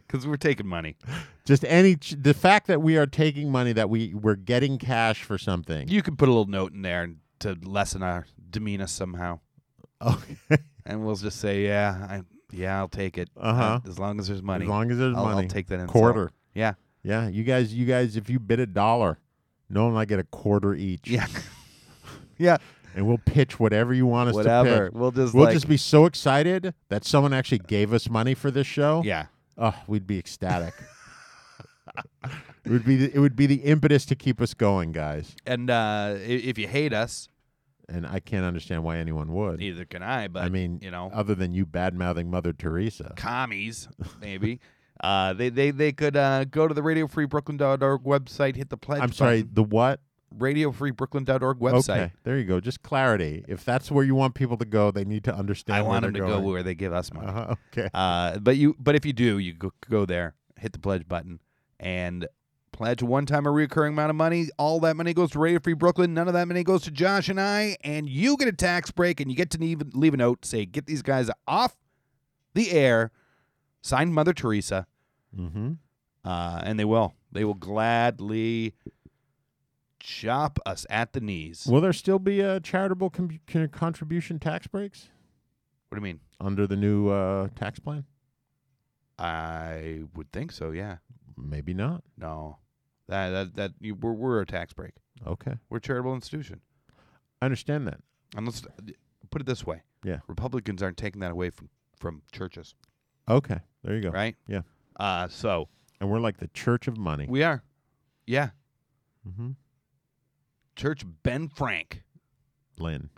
C: Because we're taking money.
F: Just any ch- the fact that we are taking money that we we're getting cash for something.
C: You can put a little note in there to lessen our demeanor somehow,
F: okay.
C: and we'll just say, yeah, I, yeah, I'll take it.
F: Uh-huh.
C: As long as there's money.
F: As long as there's
C: I'll- I'll
F: money.
C: take that insult.
F: quarter.
C: yeah.
F: Yeah, you guys you guys if you bid a dollar, no and I get a quarter each.
C: Yeah. yeah.
F: And we'll pitch whatever you want us
C: Whatever.
F: to pitch.
C: We'll just
F: We'll
C: like-
F: just be so excited that someone actually gave us money for this show.
C: Yeah.
F: Oh, we'd be ecstatic. it would be the, it would be the impetus to keep us going, guys.
C: And uh, i- if you hate us,
F: And I can't understand why anyone would.
C: neither can I. But
F: I mean, uh,
C: you know,
F: other than you bad mouthing Mother Teresa.
C: commies maybe. uh, they they they could uh, go to the radiofreebrooklyn.org website, hit the pledge.
F: I'm sorry,
C: button.
F: the what?
C: radiofreebrooklyn.org website.
F: Okay, there you go. Just clarity. If that's where you want people to go, they need to understand.
C: I
F: where
C: want
F: they're
C: them to
F: going.
C: go where they give us money.
F: Uh-huh, okay.
C: Uh, but you but if you do, you go, go there, hit the pledge button, and pledge a one time or reoccurring amount of money. All that money goes to Radio Free Brooklyn. None of that money goes to Josh and I. And you get a tax break, and you get to leave, leave a note say, "Get these guys off the air." Signed Mother Teresa,
F: Mm-hmm.
C: uh, and they will. They will gladly chop us at the knees.
F: Will there still be uh, charitable com- con- contribution tax breaks
C: What do you mean?
F: under the new uh, tax plan?
C: I would think so. Yeah.
F: Maybe not.
C: No. That that, that you, we're, we're a tax break.
F: Okay.
C: We're a charitable institution.
F: I understand that.
C: And let's uh, put it this way:
F: Yeah.
C: Republicans aren't taking that away from from churches,
F: Okay. There you go.
C: right?
F: Yeah.
C: Uh, so
F: And we're like the church of money.
C: we are, yeah.
F: mm-hmm.
C: Church Ben Frank.
F: Lynn.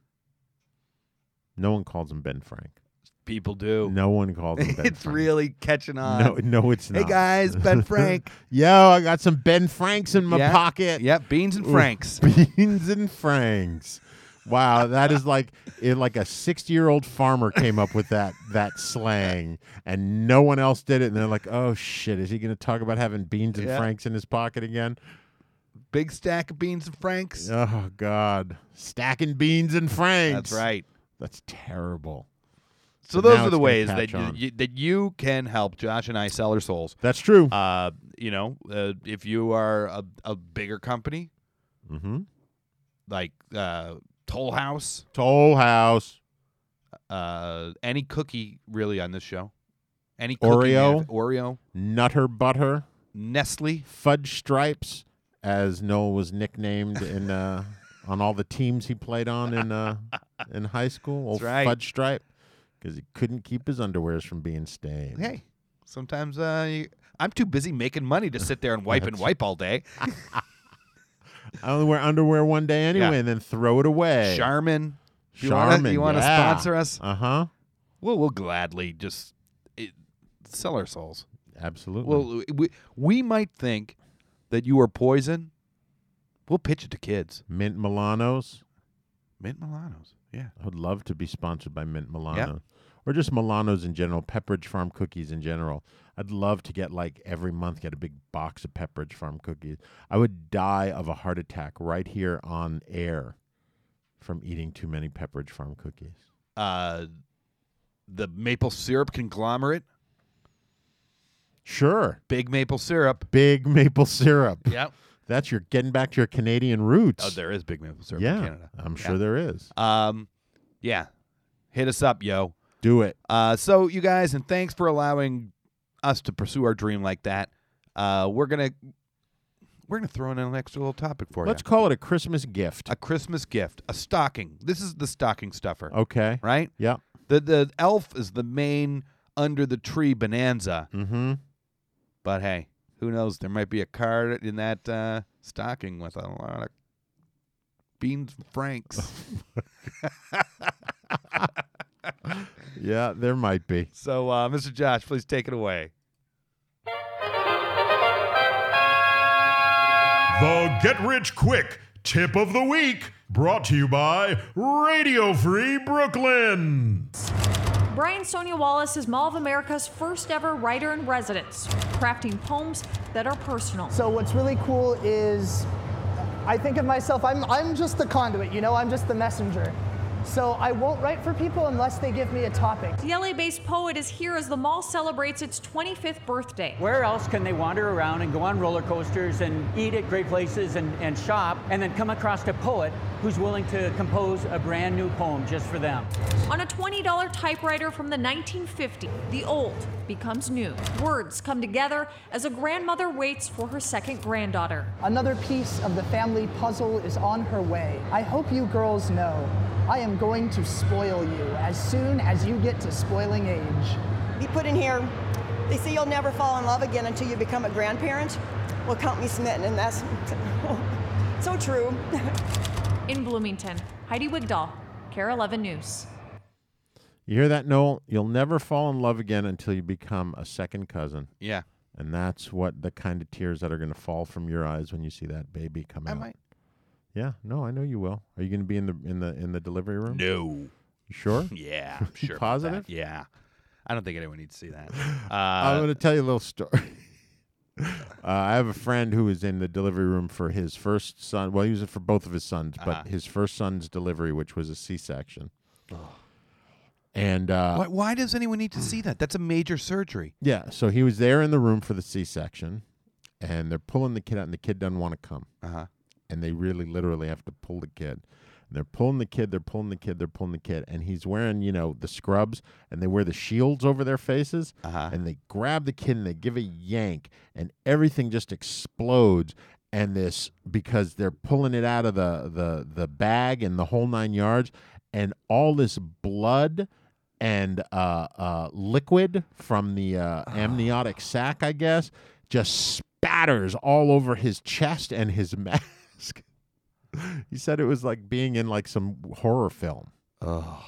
F: No one calls him Ben Frank.
C: People do.
F: No one calls him Ben
C: Oh. it's
F: Frank.
C: really catching on.
F: No, no, it's
C: hey
F: not.
C: guys, Ben Frank.
F: Yo, I got some Ben Franks in my
C: Yeah.
F: pocket.
C: Yep, beans and Franks.
F: Beans and Franks. Wow, that is like it, like a sixty-year-old farmer came up with that that slang, and no one else did it. And they're like, "Oh shit, is he going to talk about having beans and
C: Yeah.
F: franks in his pocket again?"
C: Big stack of beans and Franks.
F: Oh god, stacking beans and franks.
C: That's right.
F: That's terrible.
C: So
F: But
C: those
F: now
C: are
F: it's
C: the
F: gonna
C: ways
F: catch
C: that you,
F: on.
C: you, that you can help Josh and I sell our souls.
F: That's true.
C: Uh, you know, uh, if you are a, a bigger company
F: mm-hmm.
C: like uh, Toll House,
F: Toll House.
C: uh, any cookie really on this show, any cookie
F: Oreo?
C: manuf- Oreo,
F: Nutter Butter,
C: Nestle,
F: Fudge Stripes, as Noel was nicknamed in uh, on all the teams he played on in uh, in high school. Old
C: That's right.
F: Fudge Stripe, because he couldn't keep his underwears from being stained.
C: hey, sometimes uh, you, I'm too busy making money to sit there and wipe and wipe all day.
F: I only wear underwear one day anyway, and then throw it away.
C: Charmin, if you wanna-
F: Charmin,
C: you want to
F: yeah.
C: sponsor us?
F: Uh huh.
C: Well, we'll gladly just it, sell our souls.
F: Absolutely.
C: Well, we, we might think that you are poison. We'll pitch it to kids.
F: Mint Milanos.
C: Mint Milanos. Yeah.
F: I would love to be sponsored by Mint Milano. Or just Milanos in general, Pepperidge Farm cookies in general. I'd love to get like every month get a big box of Pepperidge Farm cookies. I would die of a heart attack right here on air from eating too many Pepperidge Farm cookies.
C: Uh, the maple syrup conglomerate,
F: Sure.
C: big maple syrup.
F: Big maple syrup.
C: Yep.
F: That's your getting back to your Canadian roots.
C: Oh, there is big maple syrup
F: yeah.
C: in Canada.
F: I'm
C: Yeah.
F: sure there is.
C: Um, yeah. Hit us up, yo.
F: Do it.
C: Uh, so you guys, and thanks for allowing us to pursue our dream like that. Uh, we're gonna we're gonna throw in an extra little topic for
F: Let's
C: you.
F: call it a Christmas gift.
C: A Christmas gift, a stocking. This is the stocking stuffer,
F: Okay.
C: right?
F: Yeah.
C: The the elf is the main under the tree bonanza.
F: Mm-hmm.
C: But hey, who knows? There might be a card in that uh, stocking with a lot of beans and franks.
F: Yeah, there might be.
C: so, uh, Mr. Josh, please take it away.
G: The Get Rich Quick Tip of the Week, brought to you by Radio Free Brooklyn.
H: Brian Sonia Wallace is Mall of America's first ever writer in residence, crafting poems that are personal.
I: So what's really cool is I think of myself, I'm, I'm just the conduit, you know, I'm just the messenger. So I won't write for people unless they give me a topic.
H: The LA based poet is here as the mall celebrates its 25th birthday.
J: Where else can they wander around and go on roller coasters and eat at great places and, and shop and then come across a poet who's willing to compose a brand new poem just for them?
H: On a $20 typewriter from the 1950s, the old becomes new. Words come together as a grandmother waits for her second granddaughter.
I: Another piece of the family puzzle is on her way. I hope you girls know I am going to spoil you as soon as you get to spoiling age.
K: You put in here, they say you'll never fall in love again until you become a grandparent. Well, count me smitten, and that's so true.
H: In Bloomington, Heidi Wigdahl, Care 11 News.
F: You hear that, Noel? You'll never fall in love again until you become a second cousin.
C: Yeah.
F: And that's what the kind of tears that are going to fall from your eyes when you see that baby come out.
C: might.
F: Yeah, no, I know you will. Are you going to be in the in the in the delivery room?
C: No.
F: You sure?
C: Yeah. I'm sure. about that.
F: Positive?
C: Yeah. I don't think anyone needs to see that.
F: I'm
C: Uh,
F: going to tell you a little story. Uh, I have a friend who was in the delivery room for his first son. Well, he was for both of his sons, but his first son's delivery, which was a C-section. And uh,
C: why, why does anyone need to see that? That's a major surgery.
F: Yeah, so he was there in the room for the C-section, and they're pulling the kid out, and the kid doesn't want to come,
C: Uh huh.
F: and they really literally have to pull the kid. And And they're pulling the kid, they're pulling the kid, they're pulling the kid. And he's wearing, you know, the scrubs and they wear the shields over their faces. And they grab the kid and they give a yank and everything just explodes. And this, because they're pulling it out of the, the, the bag and the whole nine yards. And all this blood and uh, uh, liquid from the uh, amniotic sac, I guess, just spatters all over his chest and his mask. he said it was like being in like some horror film.
C: Oh.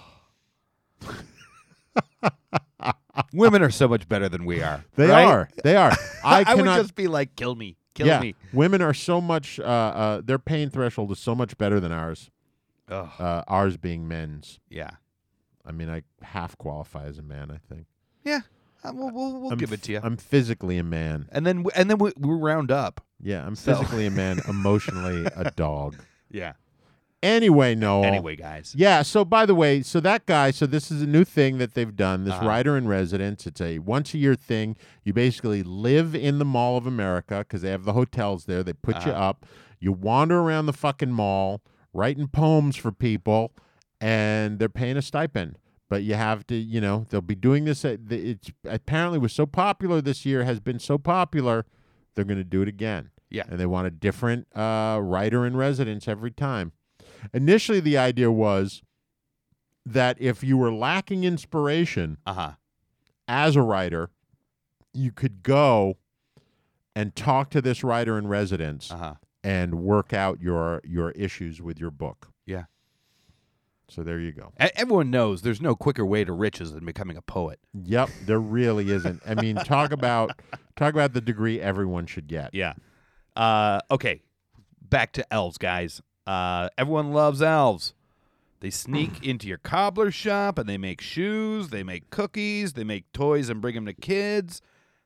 C: Women are so much better than we are.
F: They
C: right?
F: are. They are. I,
C: I would
F: cannot-
C: just be like, kill me, kill
F: yeah,
C: me.
F: Women are so much. Uh, uh, their pain threshold is so much better than ours. Uh, ours being men's.
C: Yeah.
F: I mean, I half qualify as a man. I think.
C: Yeah, uh, we'll, we'll, we'll
F: I'm
C: give it
F: f-
C: to you.
F: I'm physically a man.
C: and then and then we, we round up.
F: Yeah, I'm
C: So-
F: physically a man, emotionally a dog.
C: Yeah.
F: Anyway, Noel.
C: Anyway, guys.
F: Yeah. So, by the way, so that guy, so this is a new thing that they've done. This
C: Uh-huh.
F: writer in residence. It's a once a year thing. You basically live in the Mall of America because they have the hotels there. They put you
C: Uh-huh.
F: up. You wander around the fucking mall, writing poems for people, and they're paying a stipend. But you have to, you know, they'll be doing this. At, the- it's apparently was so popular this year, has been so popular, they're going to do it again.
C: Yeah.
F: And they want a different uh, writer in residence every time. Initially, the idea was that if you were lacking inspiration
C: Uh-huh.
F: as a writer, you could go and talk to this writer in residence
C: Uh-huh.
F: and work out your your issues with your book.
C: Yeah.
F: So there you go.
C: E- everyone knows there's no quicker way to riches than becoming a poet.
F: Yep, there really isn't. I mean, talk about talk about the degree everyone should get.
C: Yeah. Uh, okay. Back to elves, guys. Uh, everyone loves elves. They sneak into your cobbler shop and they make shoes, they make cookies, they make toys and bring them to kids.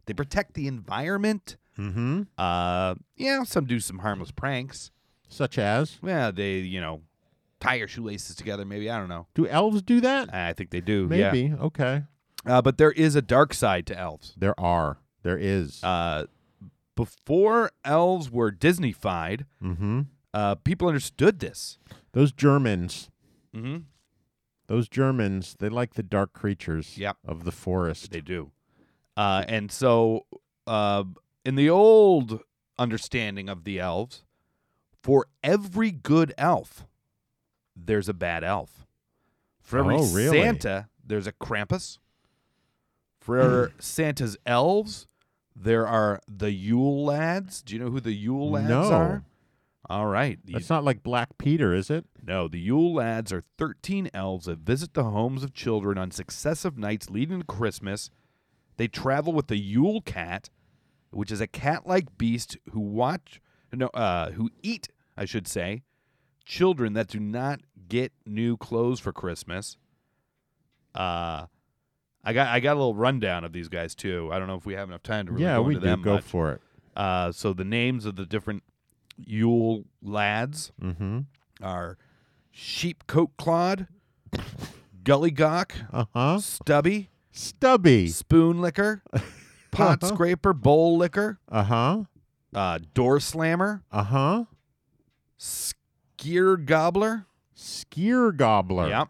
C: They protect the environment.
F: Mm-hmm.
C: Uh, yeah, some do some harmless pranks.
F: Such as
C: Yeah, they, you know, tie your shoelaces together, maybe. I don't know.
F: do elves do that?
C: I think they do. Uh, yeah.
F: Maybe. Okay.
C: Uh, but there is a dark side to elves.
F: There are. There is.
C: Uh, before elves were Disneyfied,
F: Mm-hmm.
C: uh, people understood this.
F: Those Germans.
C: Mm-hmm.
F: Those Germans, they like the dark creatures
C: Yep.
F: of the forest.
C: They do. Uh, and so, uh, in the old understanding of the elves, for every good elf, there's a bad elf. For every
F: Oh, really?
C: Santa, there's a Krampus. For
F: Hmm.
C: Santa's elves, there are the Yule lads. Do you know who the Yule lads
F: No.
C: are? All right.
F: That's not like Black Peter, is it?
C: No, the Yule Lads are 13 elves that visit the homes of children on successive nights leading to Christmas. They travel with the Yule Cat, which is a cat-like beast who watch no uh who eat, I should say, children that do not get new clothes for Christmas. Uh I got I got a little rundown of these guys too. I don't know if we have enough time to really
F: yeah,
C: go
F: we
C: into
F: do.
C: them
F: Go
C: much.
F: for it.
C: Uh, so the names of the different Yule lads
F: Mhm.
C: are Sheep Coat Clod, Gully Gawk,
F: uh-huh.
C: Stubby,
F: Stubby,
C: Spoon Licker, Pot
F: Uh-huh.
C: Scraper, Bowl Licker,
F: Uh huh.
C: uh, Door Slammer,
F: Uh huh.
C: Skier Gobbler,
F: Skier gobbler.
C: yep,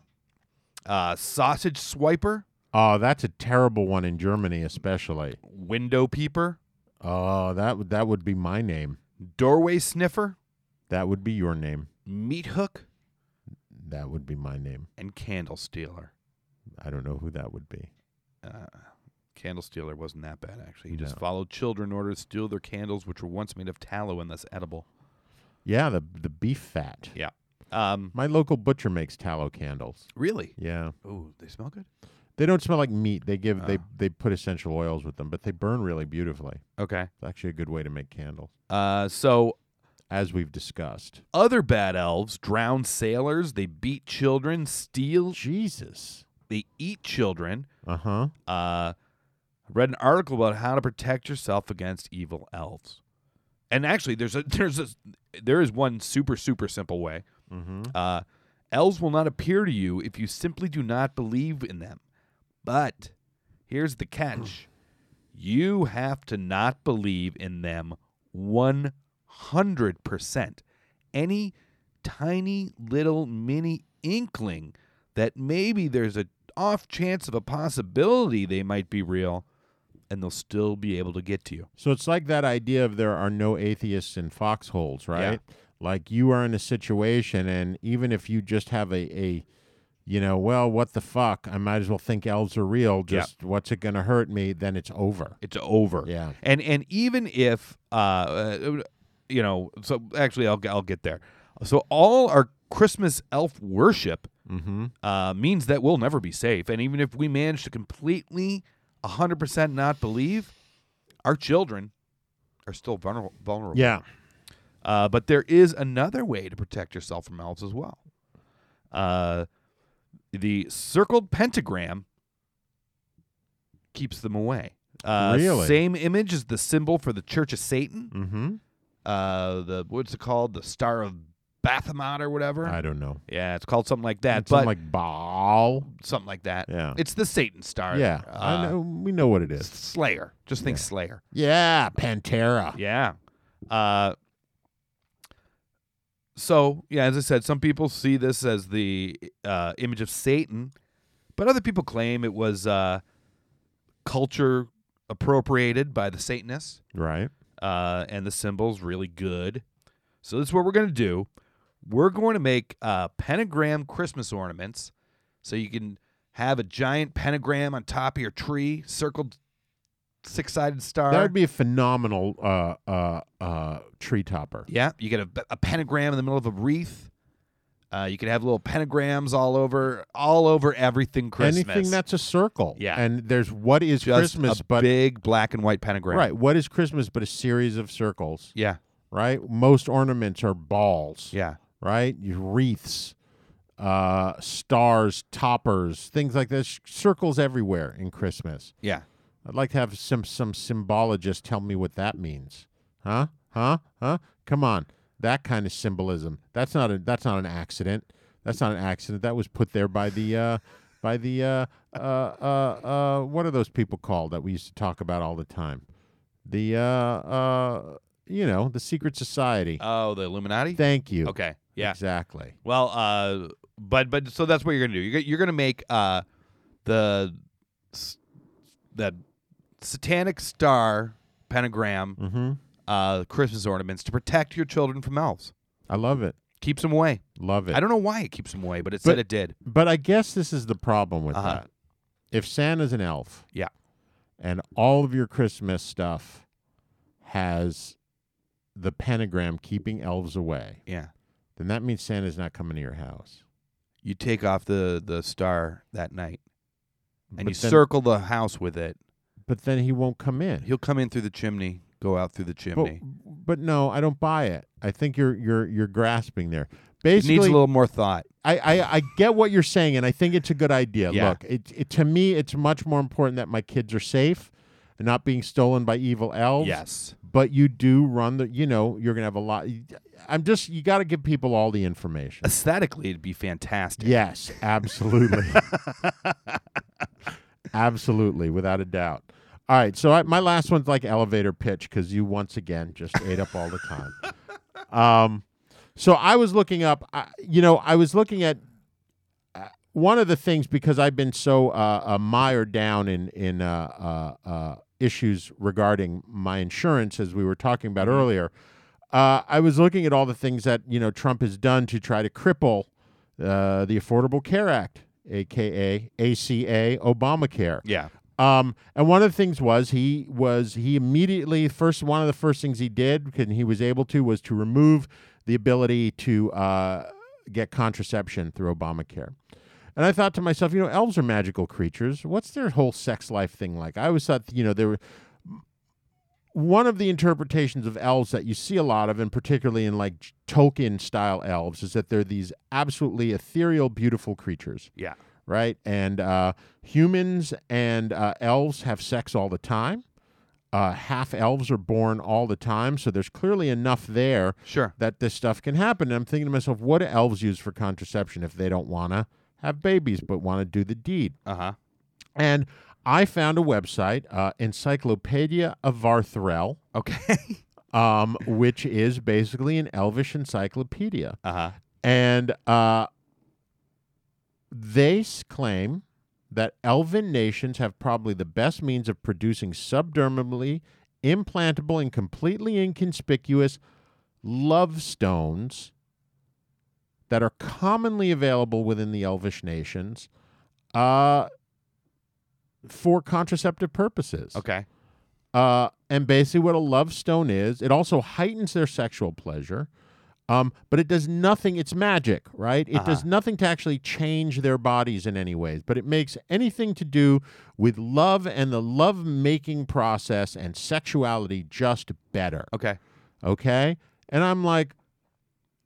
C: uh, Sausage Swiper,
F: Oh, that's a terrible one in Germany, especially.
C: Window Peeper,
F: Oh, that would that would be my name.
C: Doorway Sniffer,
F: That would be your name.
C: Meat Hook,
F: That would be my name.
C: and Candle Stealer.
F: I don't know who that would be.
C: uh, candle stealer wasn't that bad actually. He just
F: No.
C: followed children in order to steal their candles, which were once made of tallow and thus edible.
F: Yeah, the the beef fat.
C: Yeah. Um.
F: My local butcher makes tallow candles.
C: Really?
F: Yeah.
C: Ooh, they smell good.
F: They don't smell like meat. They give they
C: Oh.
F: they put essential oils with them, but they burn really beautifully.
C: Okay.
F: It's actually a good way to make candles,
C: Uh. So
F: as we've discussed.
C: other bad elves drown sailors. They beat children, steal.
F: Jesus.
C: They eat children.
F: Uh huh.
C: Uh. I Read an article about how to protect yourself against evil elves. And actually, there's a there's a there is one super super simple way.
F: Mm-hmm.
C: Uh, elves will not appear to you if you simply do not believe in them. But here's the catch you have to not believe in them 100%. Any tiny little mini inkling that maybe there's a off chance of a possibility they might be real and they'll still be able to get to you.
F: So it's like that idea of there are no atheists in foxholes, right? Like you are in a situation, and even if you just have a, a you know, well, what the fuck? I might as well think elves are real.
C: Yeah.
F: Just what's it going to hurt me? Then it's over.
C: It's over.
F: Yeah.
C: And and even if uh, uh you know, so actually I'll I'll get there. So all our Christmas elf worship uh, means that we'll never be safe. And even if we manage to completely 100% not believe, our children are still vulnerable. vulnerable.
F: Yeah.
C: Uh, but there is another way to protect yourself from elves as well. Uh, the circled pentagram keeps them away. Uh,
F: Really?
C: Same image as the symbol for the Church of Satan.
F: Mm-hmm.
C: Uh, the what's it called? The Star of Baphomet or whatever.
F: I don't know.
C: Yeah, it's called something like that.
F: It's something
C: but
F: like Baal.
C: something like that.
F: Yeah.
C: It's the Satan Star.
F: yeah. I
C: uh,
F: know, we know what it is.
C: Slayer. Just think Slayer.
F: Yeah, Pantera.
C: Yeah. Uh, so yeah, as I said, some people see this as the uh, image of Satan, but other people claim it was uh, culture appropriated by the Satanists,
F: Right.
C: uh, and the symbol's really good. So this is what we're gonna do. We're going to make uh, pentagram Christmas ornaments, so you can have a giant pentagram on top of your tree, circled six-sided star.
F: That would be a phenomenal uh, uh, uh, tree topper.
C: Yeah, you get a, a pentagram in the middle of a wreath. Uh, you can have little pentagrams all over, all over everything Christmas.
F: Anything that's a circle.
C: Yeah.
F: And there's what is
C: Just
F: Christmas,
C: a
F: but
C: big black and white pentagram.
F: right. What is Christmas, but a series of circles.
C: Yeah.
F: Right. Most ornaments are balls.
C: Yeah.
F: Right. Your wreaths, uh, stars, toppers, things like this. Circles everywhere in Christmas.
C: Yeah.
F: I'd like to have some some symbologist tell me what that means. Huh? Huh? Huh? Come on. That kind of symbolism. That's not a that's not an accident. That's not an accident. That was put there by the uh by the uh uh uh, uh what are those people called that we used to talk about all the time? The uh uh you know, the secret society.
C: Oh, the Illuminati.
F: Thank you.
C: Okay. Yeah.
F: Exactly.
C: Well, uh, but but so that's what you're gonna do. You're gonna, you're gonna make uh, the s- that satanic star pentagram
F: Mhm.
C: uh, Christmas ornaments to protect your children from elves.
F: I love it.
C: Keeps them away.
F: Love it.
C: I don't know why it keeps them away, but it
F: But-
C: said it did.
F: But I guess this is the problem with
C: Uh-huh.
F: that. If Santa's an elf,
C: Yeah.
F: and all of your Christmas stuff has the pentagram keeping elves away,
C: Yeah.
F: then that means Santa's not coming to your house.
C: you take off the the star that night and you
F: But then-
C: circle the house with it.
F: But then he won't come in.
C: He'll come in through the chimney, go out through the
F: but,
C: chimney.
F: but no, I don't buy it. I think you're you're you're grasping there.
C: It
F: Basically,
C: needs a little more thought.
F: I, I, I get what you're saying, and I think it's a good idea.
C: Yeah.
F: Look, it, it to me, it's much more important that my kids are safe and not being stolen by evil elves.
C: Yes.
F: but you do run the. You know, you're gonna have a lot. I'm just you got to give people all the information.
C: Aesthetically, it'd be fantastic.
F: Yes, absolutely, absolutely, without a doubt. All right, so I, my last one's like elevator pitch because you once again just ate up all the time. Um, so I was looking up, I, you know, I was looking at uh, one of the things because I've been so uh, uh, mired down in in uh, uh, uh, issues regarding my insurance, as we were talking about earlier. Uh, I was looking at all the things that you know Trump has done to try to cripple uh, the Affordable Care Act, aka ACA Obamacare.
C: Yeah.
F: Um, and one of the things was he was he immediately first one of the first things he did and he was able to was to remove the ability to uh, get contraception through Obamacare. And I thought to myself, you know, elves are magical creatures. What's their whole sex life thing like? I always thought, you know, there were one of the interpretations of elves that you see a lot of, and particularly in like Tolkien style elves, is that they're these absolutely ethereal, beautiful creatures
C: Yeah.
F: right? And uh, humans and uh, elves have sex all the time. Uh, half elves are born all the time, so there's clearly enough there
C: Sure.
F: that this stuff can happen. And I'm thinking to myself, what do elves use for contraception if they don't want to have babies but want to do the deed?
C: Uh huh.
F: And I found a website, uh, Encyclopedia of Varthrel,
C: Okay.
F: um, which is basically an elvish encyclopedia
C: uh huh.
F: And uh, they s- claim that elven nations have probably the best means of producing subdermally implantable and completely inconspicuous love stones that are commonly available within the elvish nations uh, for contraceptive purposes.
C: Okay.
F: Uh, and basically, what a love stone is, it also heightens their sexual pleasure, um, but it does nothing. It's magic, right? It does
C: Uh-huh.
F: nothing to actually change their bodies in any ways, but it makes anything to do with love and the love making process and sexuality just better.
C: Okay.
F: Okay. And I'm like,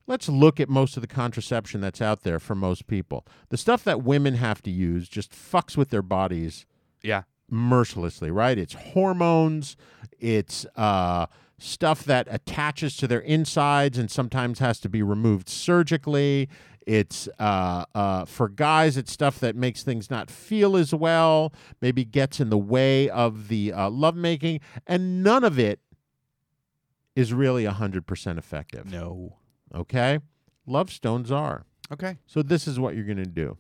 F: let's look at most of the contraception that's out there for most people. The stuff that women have to use just fucks with their bodies
C: Yeah.
F: mercilessly, right? It's hormones, it's uh, stuff that attaches to their insides and sometimes has to be removed surgically. It's uh, uh, for guys, it's stuff that makes things not feel as well, maybe gets in the way of the uh, lovemaking, and none of it is really 100% effective.
C: No.
F: Okay? Love stones are.
C: Okay.
F: So this is what you're going to do.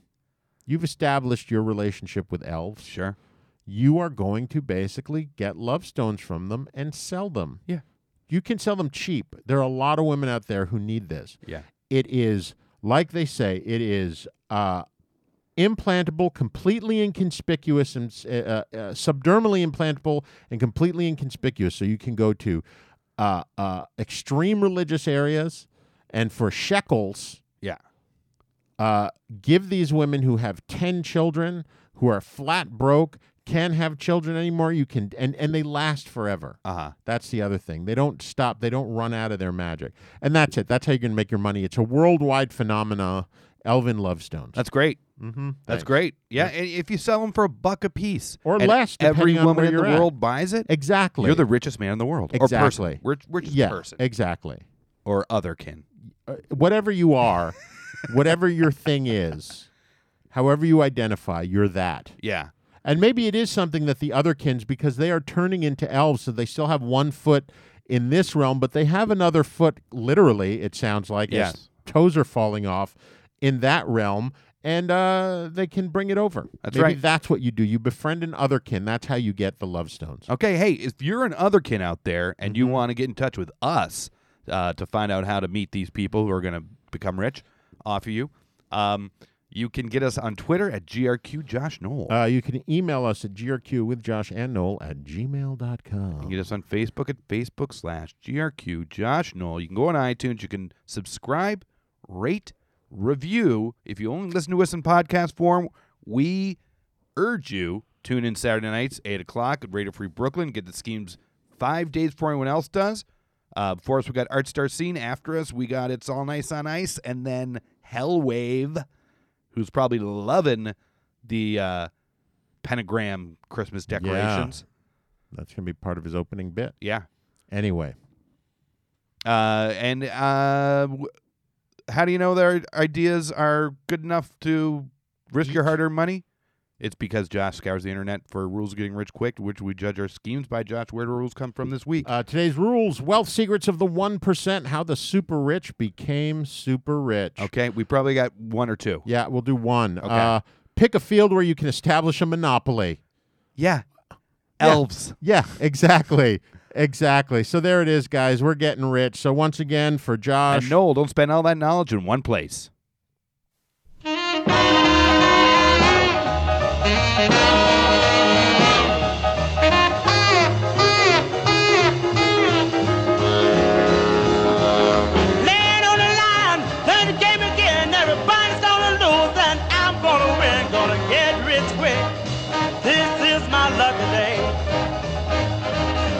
F: You've established your relationship with elves.
C: Sure.
F: You are going to basically get love stones from them and sell them.
C: Yeah.
F: You can sell them cheap. There are a lot of women out there who need this.
C: Yeah.
F: It is, like they say, it is uh, implantable, completely inconspicuous, and s- uh, uh, subdermally implantable and completely inconspicuous. So you can go to uh, uh, extreme religious areas and for shekels
C: Yeah.
F: uh, give these women who have 10 children who are flat broke can't have children anymore you can and and they last forever
C: uh-huh
F: that's the other thing they don't stop they don't run out of their magic and that's it that's how you're gonna make your money it's a worldwide phenomena elvin love stones
C: That's great.
F: mm-hmm.
C: That's great. Yeah, and if you sell them for a buck a piece
F: Or
C: and
F: less, depending
C: every
F: on
C: woman
F: where
C: in the
F: you're at.
C: world buys it.
F: Exactly.
C: You're the richest man in the world,
F: exactly
C: or person, rich, richest
F: yeah,
C: person,
F: exactly
C: or other kin.
F: uh, whatever you are whatever your thing is however you identify you're that
C: Yeah.
F: And maybe it is something that the other kins, because they are turning into elves, so they still have one foot in this realm, but they have another foot, literally, it sounds like, as
C: Yes.
F: toes are falling off in that realm, and uh, they can bring it over.
C: That's
F: maybe
C: right.
F: that's what you do. You befriend an other kin. That's how you get the love stones.
C: Okay, hey, if you're an other kin out there and you want to get in touch with us uh, to find out how to meet these people who are going to become rich off of you, um, you can get us on Twitter at grq Josh Knoll.
F: Uh, you can email us at grq with Josh and Noel at gmail.com.
C: You can get us on Facebook at Facebook slash GRQ Josh Knoll. You can go on iTunes. You can subscribe, rate, review. If you only listen to us in podcast form, we urge you tune in Saturday nights, 8 o'clock at Radio Free Brooklyn. Get the schemes five days before anyone else does. Uh, before us, we got Art Star Scene. After us, we got It's All Nice on Ice. And then Hellwave, who's probably loving the uh, pentagram Christmas decorations.
F: That's going to be part of his opening bit.
C: Yeah.
F: Anyway,
C: Uh, and uh, w- how do you know their ideas are good enough to risk your hard-earned money? It's because Josh scours the internet for rules of getting rich quick, which we judge our schemes by. Josh, where do rules come from this week?
F: Uh, today's rules wealth secrets of the 1%, how the super rich became super rich.
C: okay, we probably got one or two.
F: Yeah, we'll do one. Uh, pick a field where you can establish a monopoly.
C: Yeah, elves.
F: Yeah, exactly. exactly. So there it is, guys. We're getting rich. So once again, for Josh.
C: And Noel, don't spend all that knowledge in one place.
E: Land on the line, play the game again. Everybody's gonna lose, and I'm gonna win. Gonna get rich quick. This is my lucky day.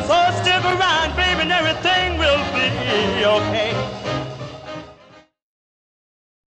E: So stick around, baby, and everything will be okay.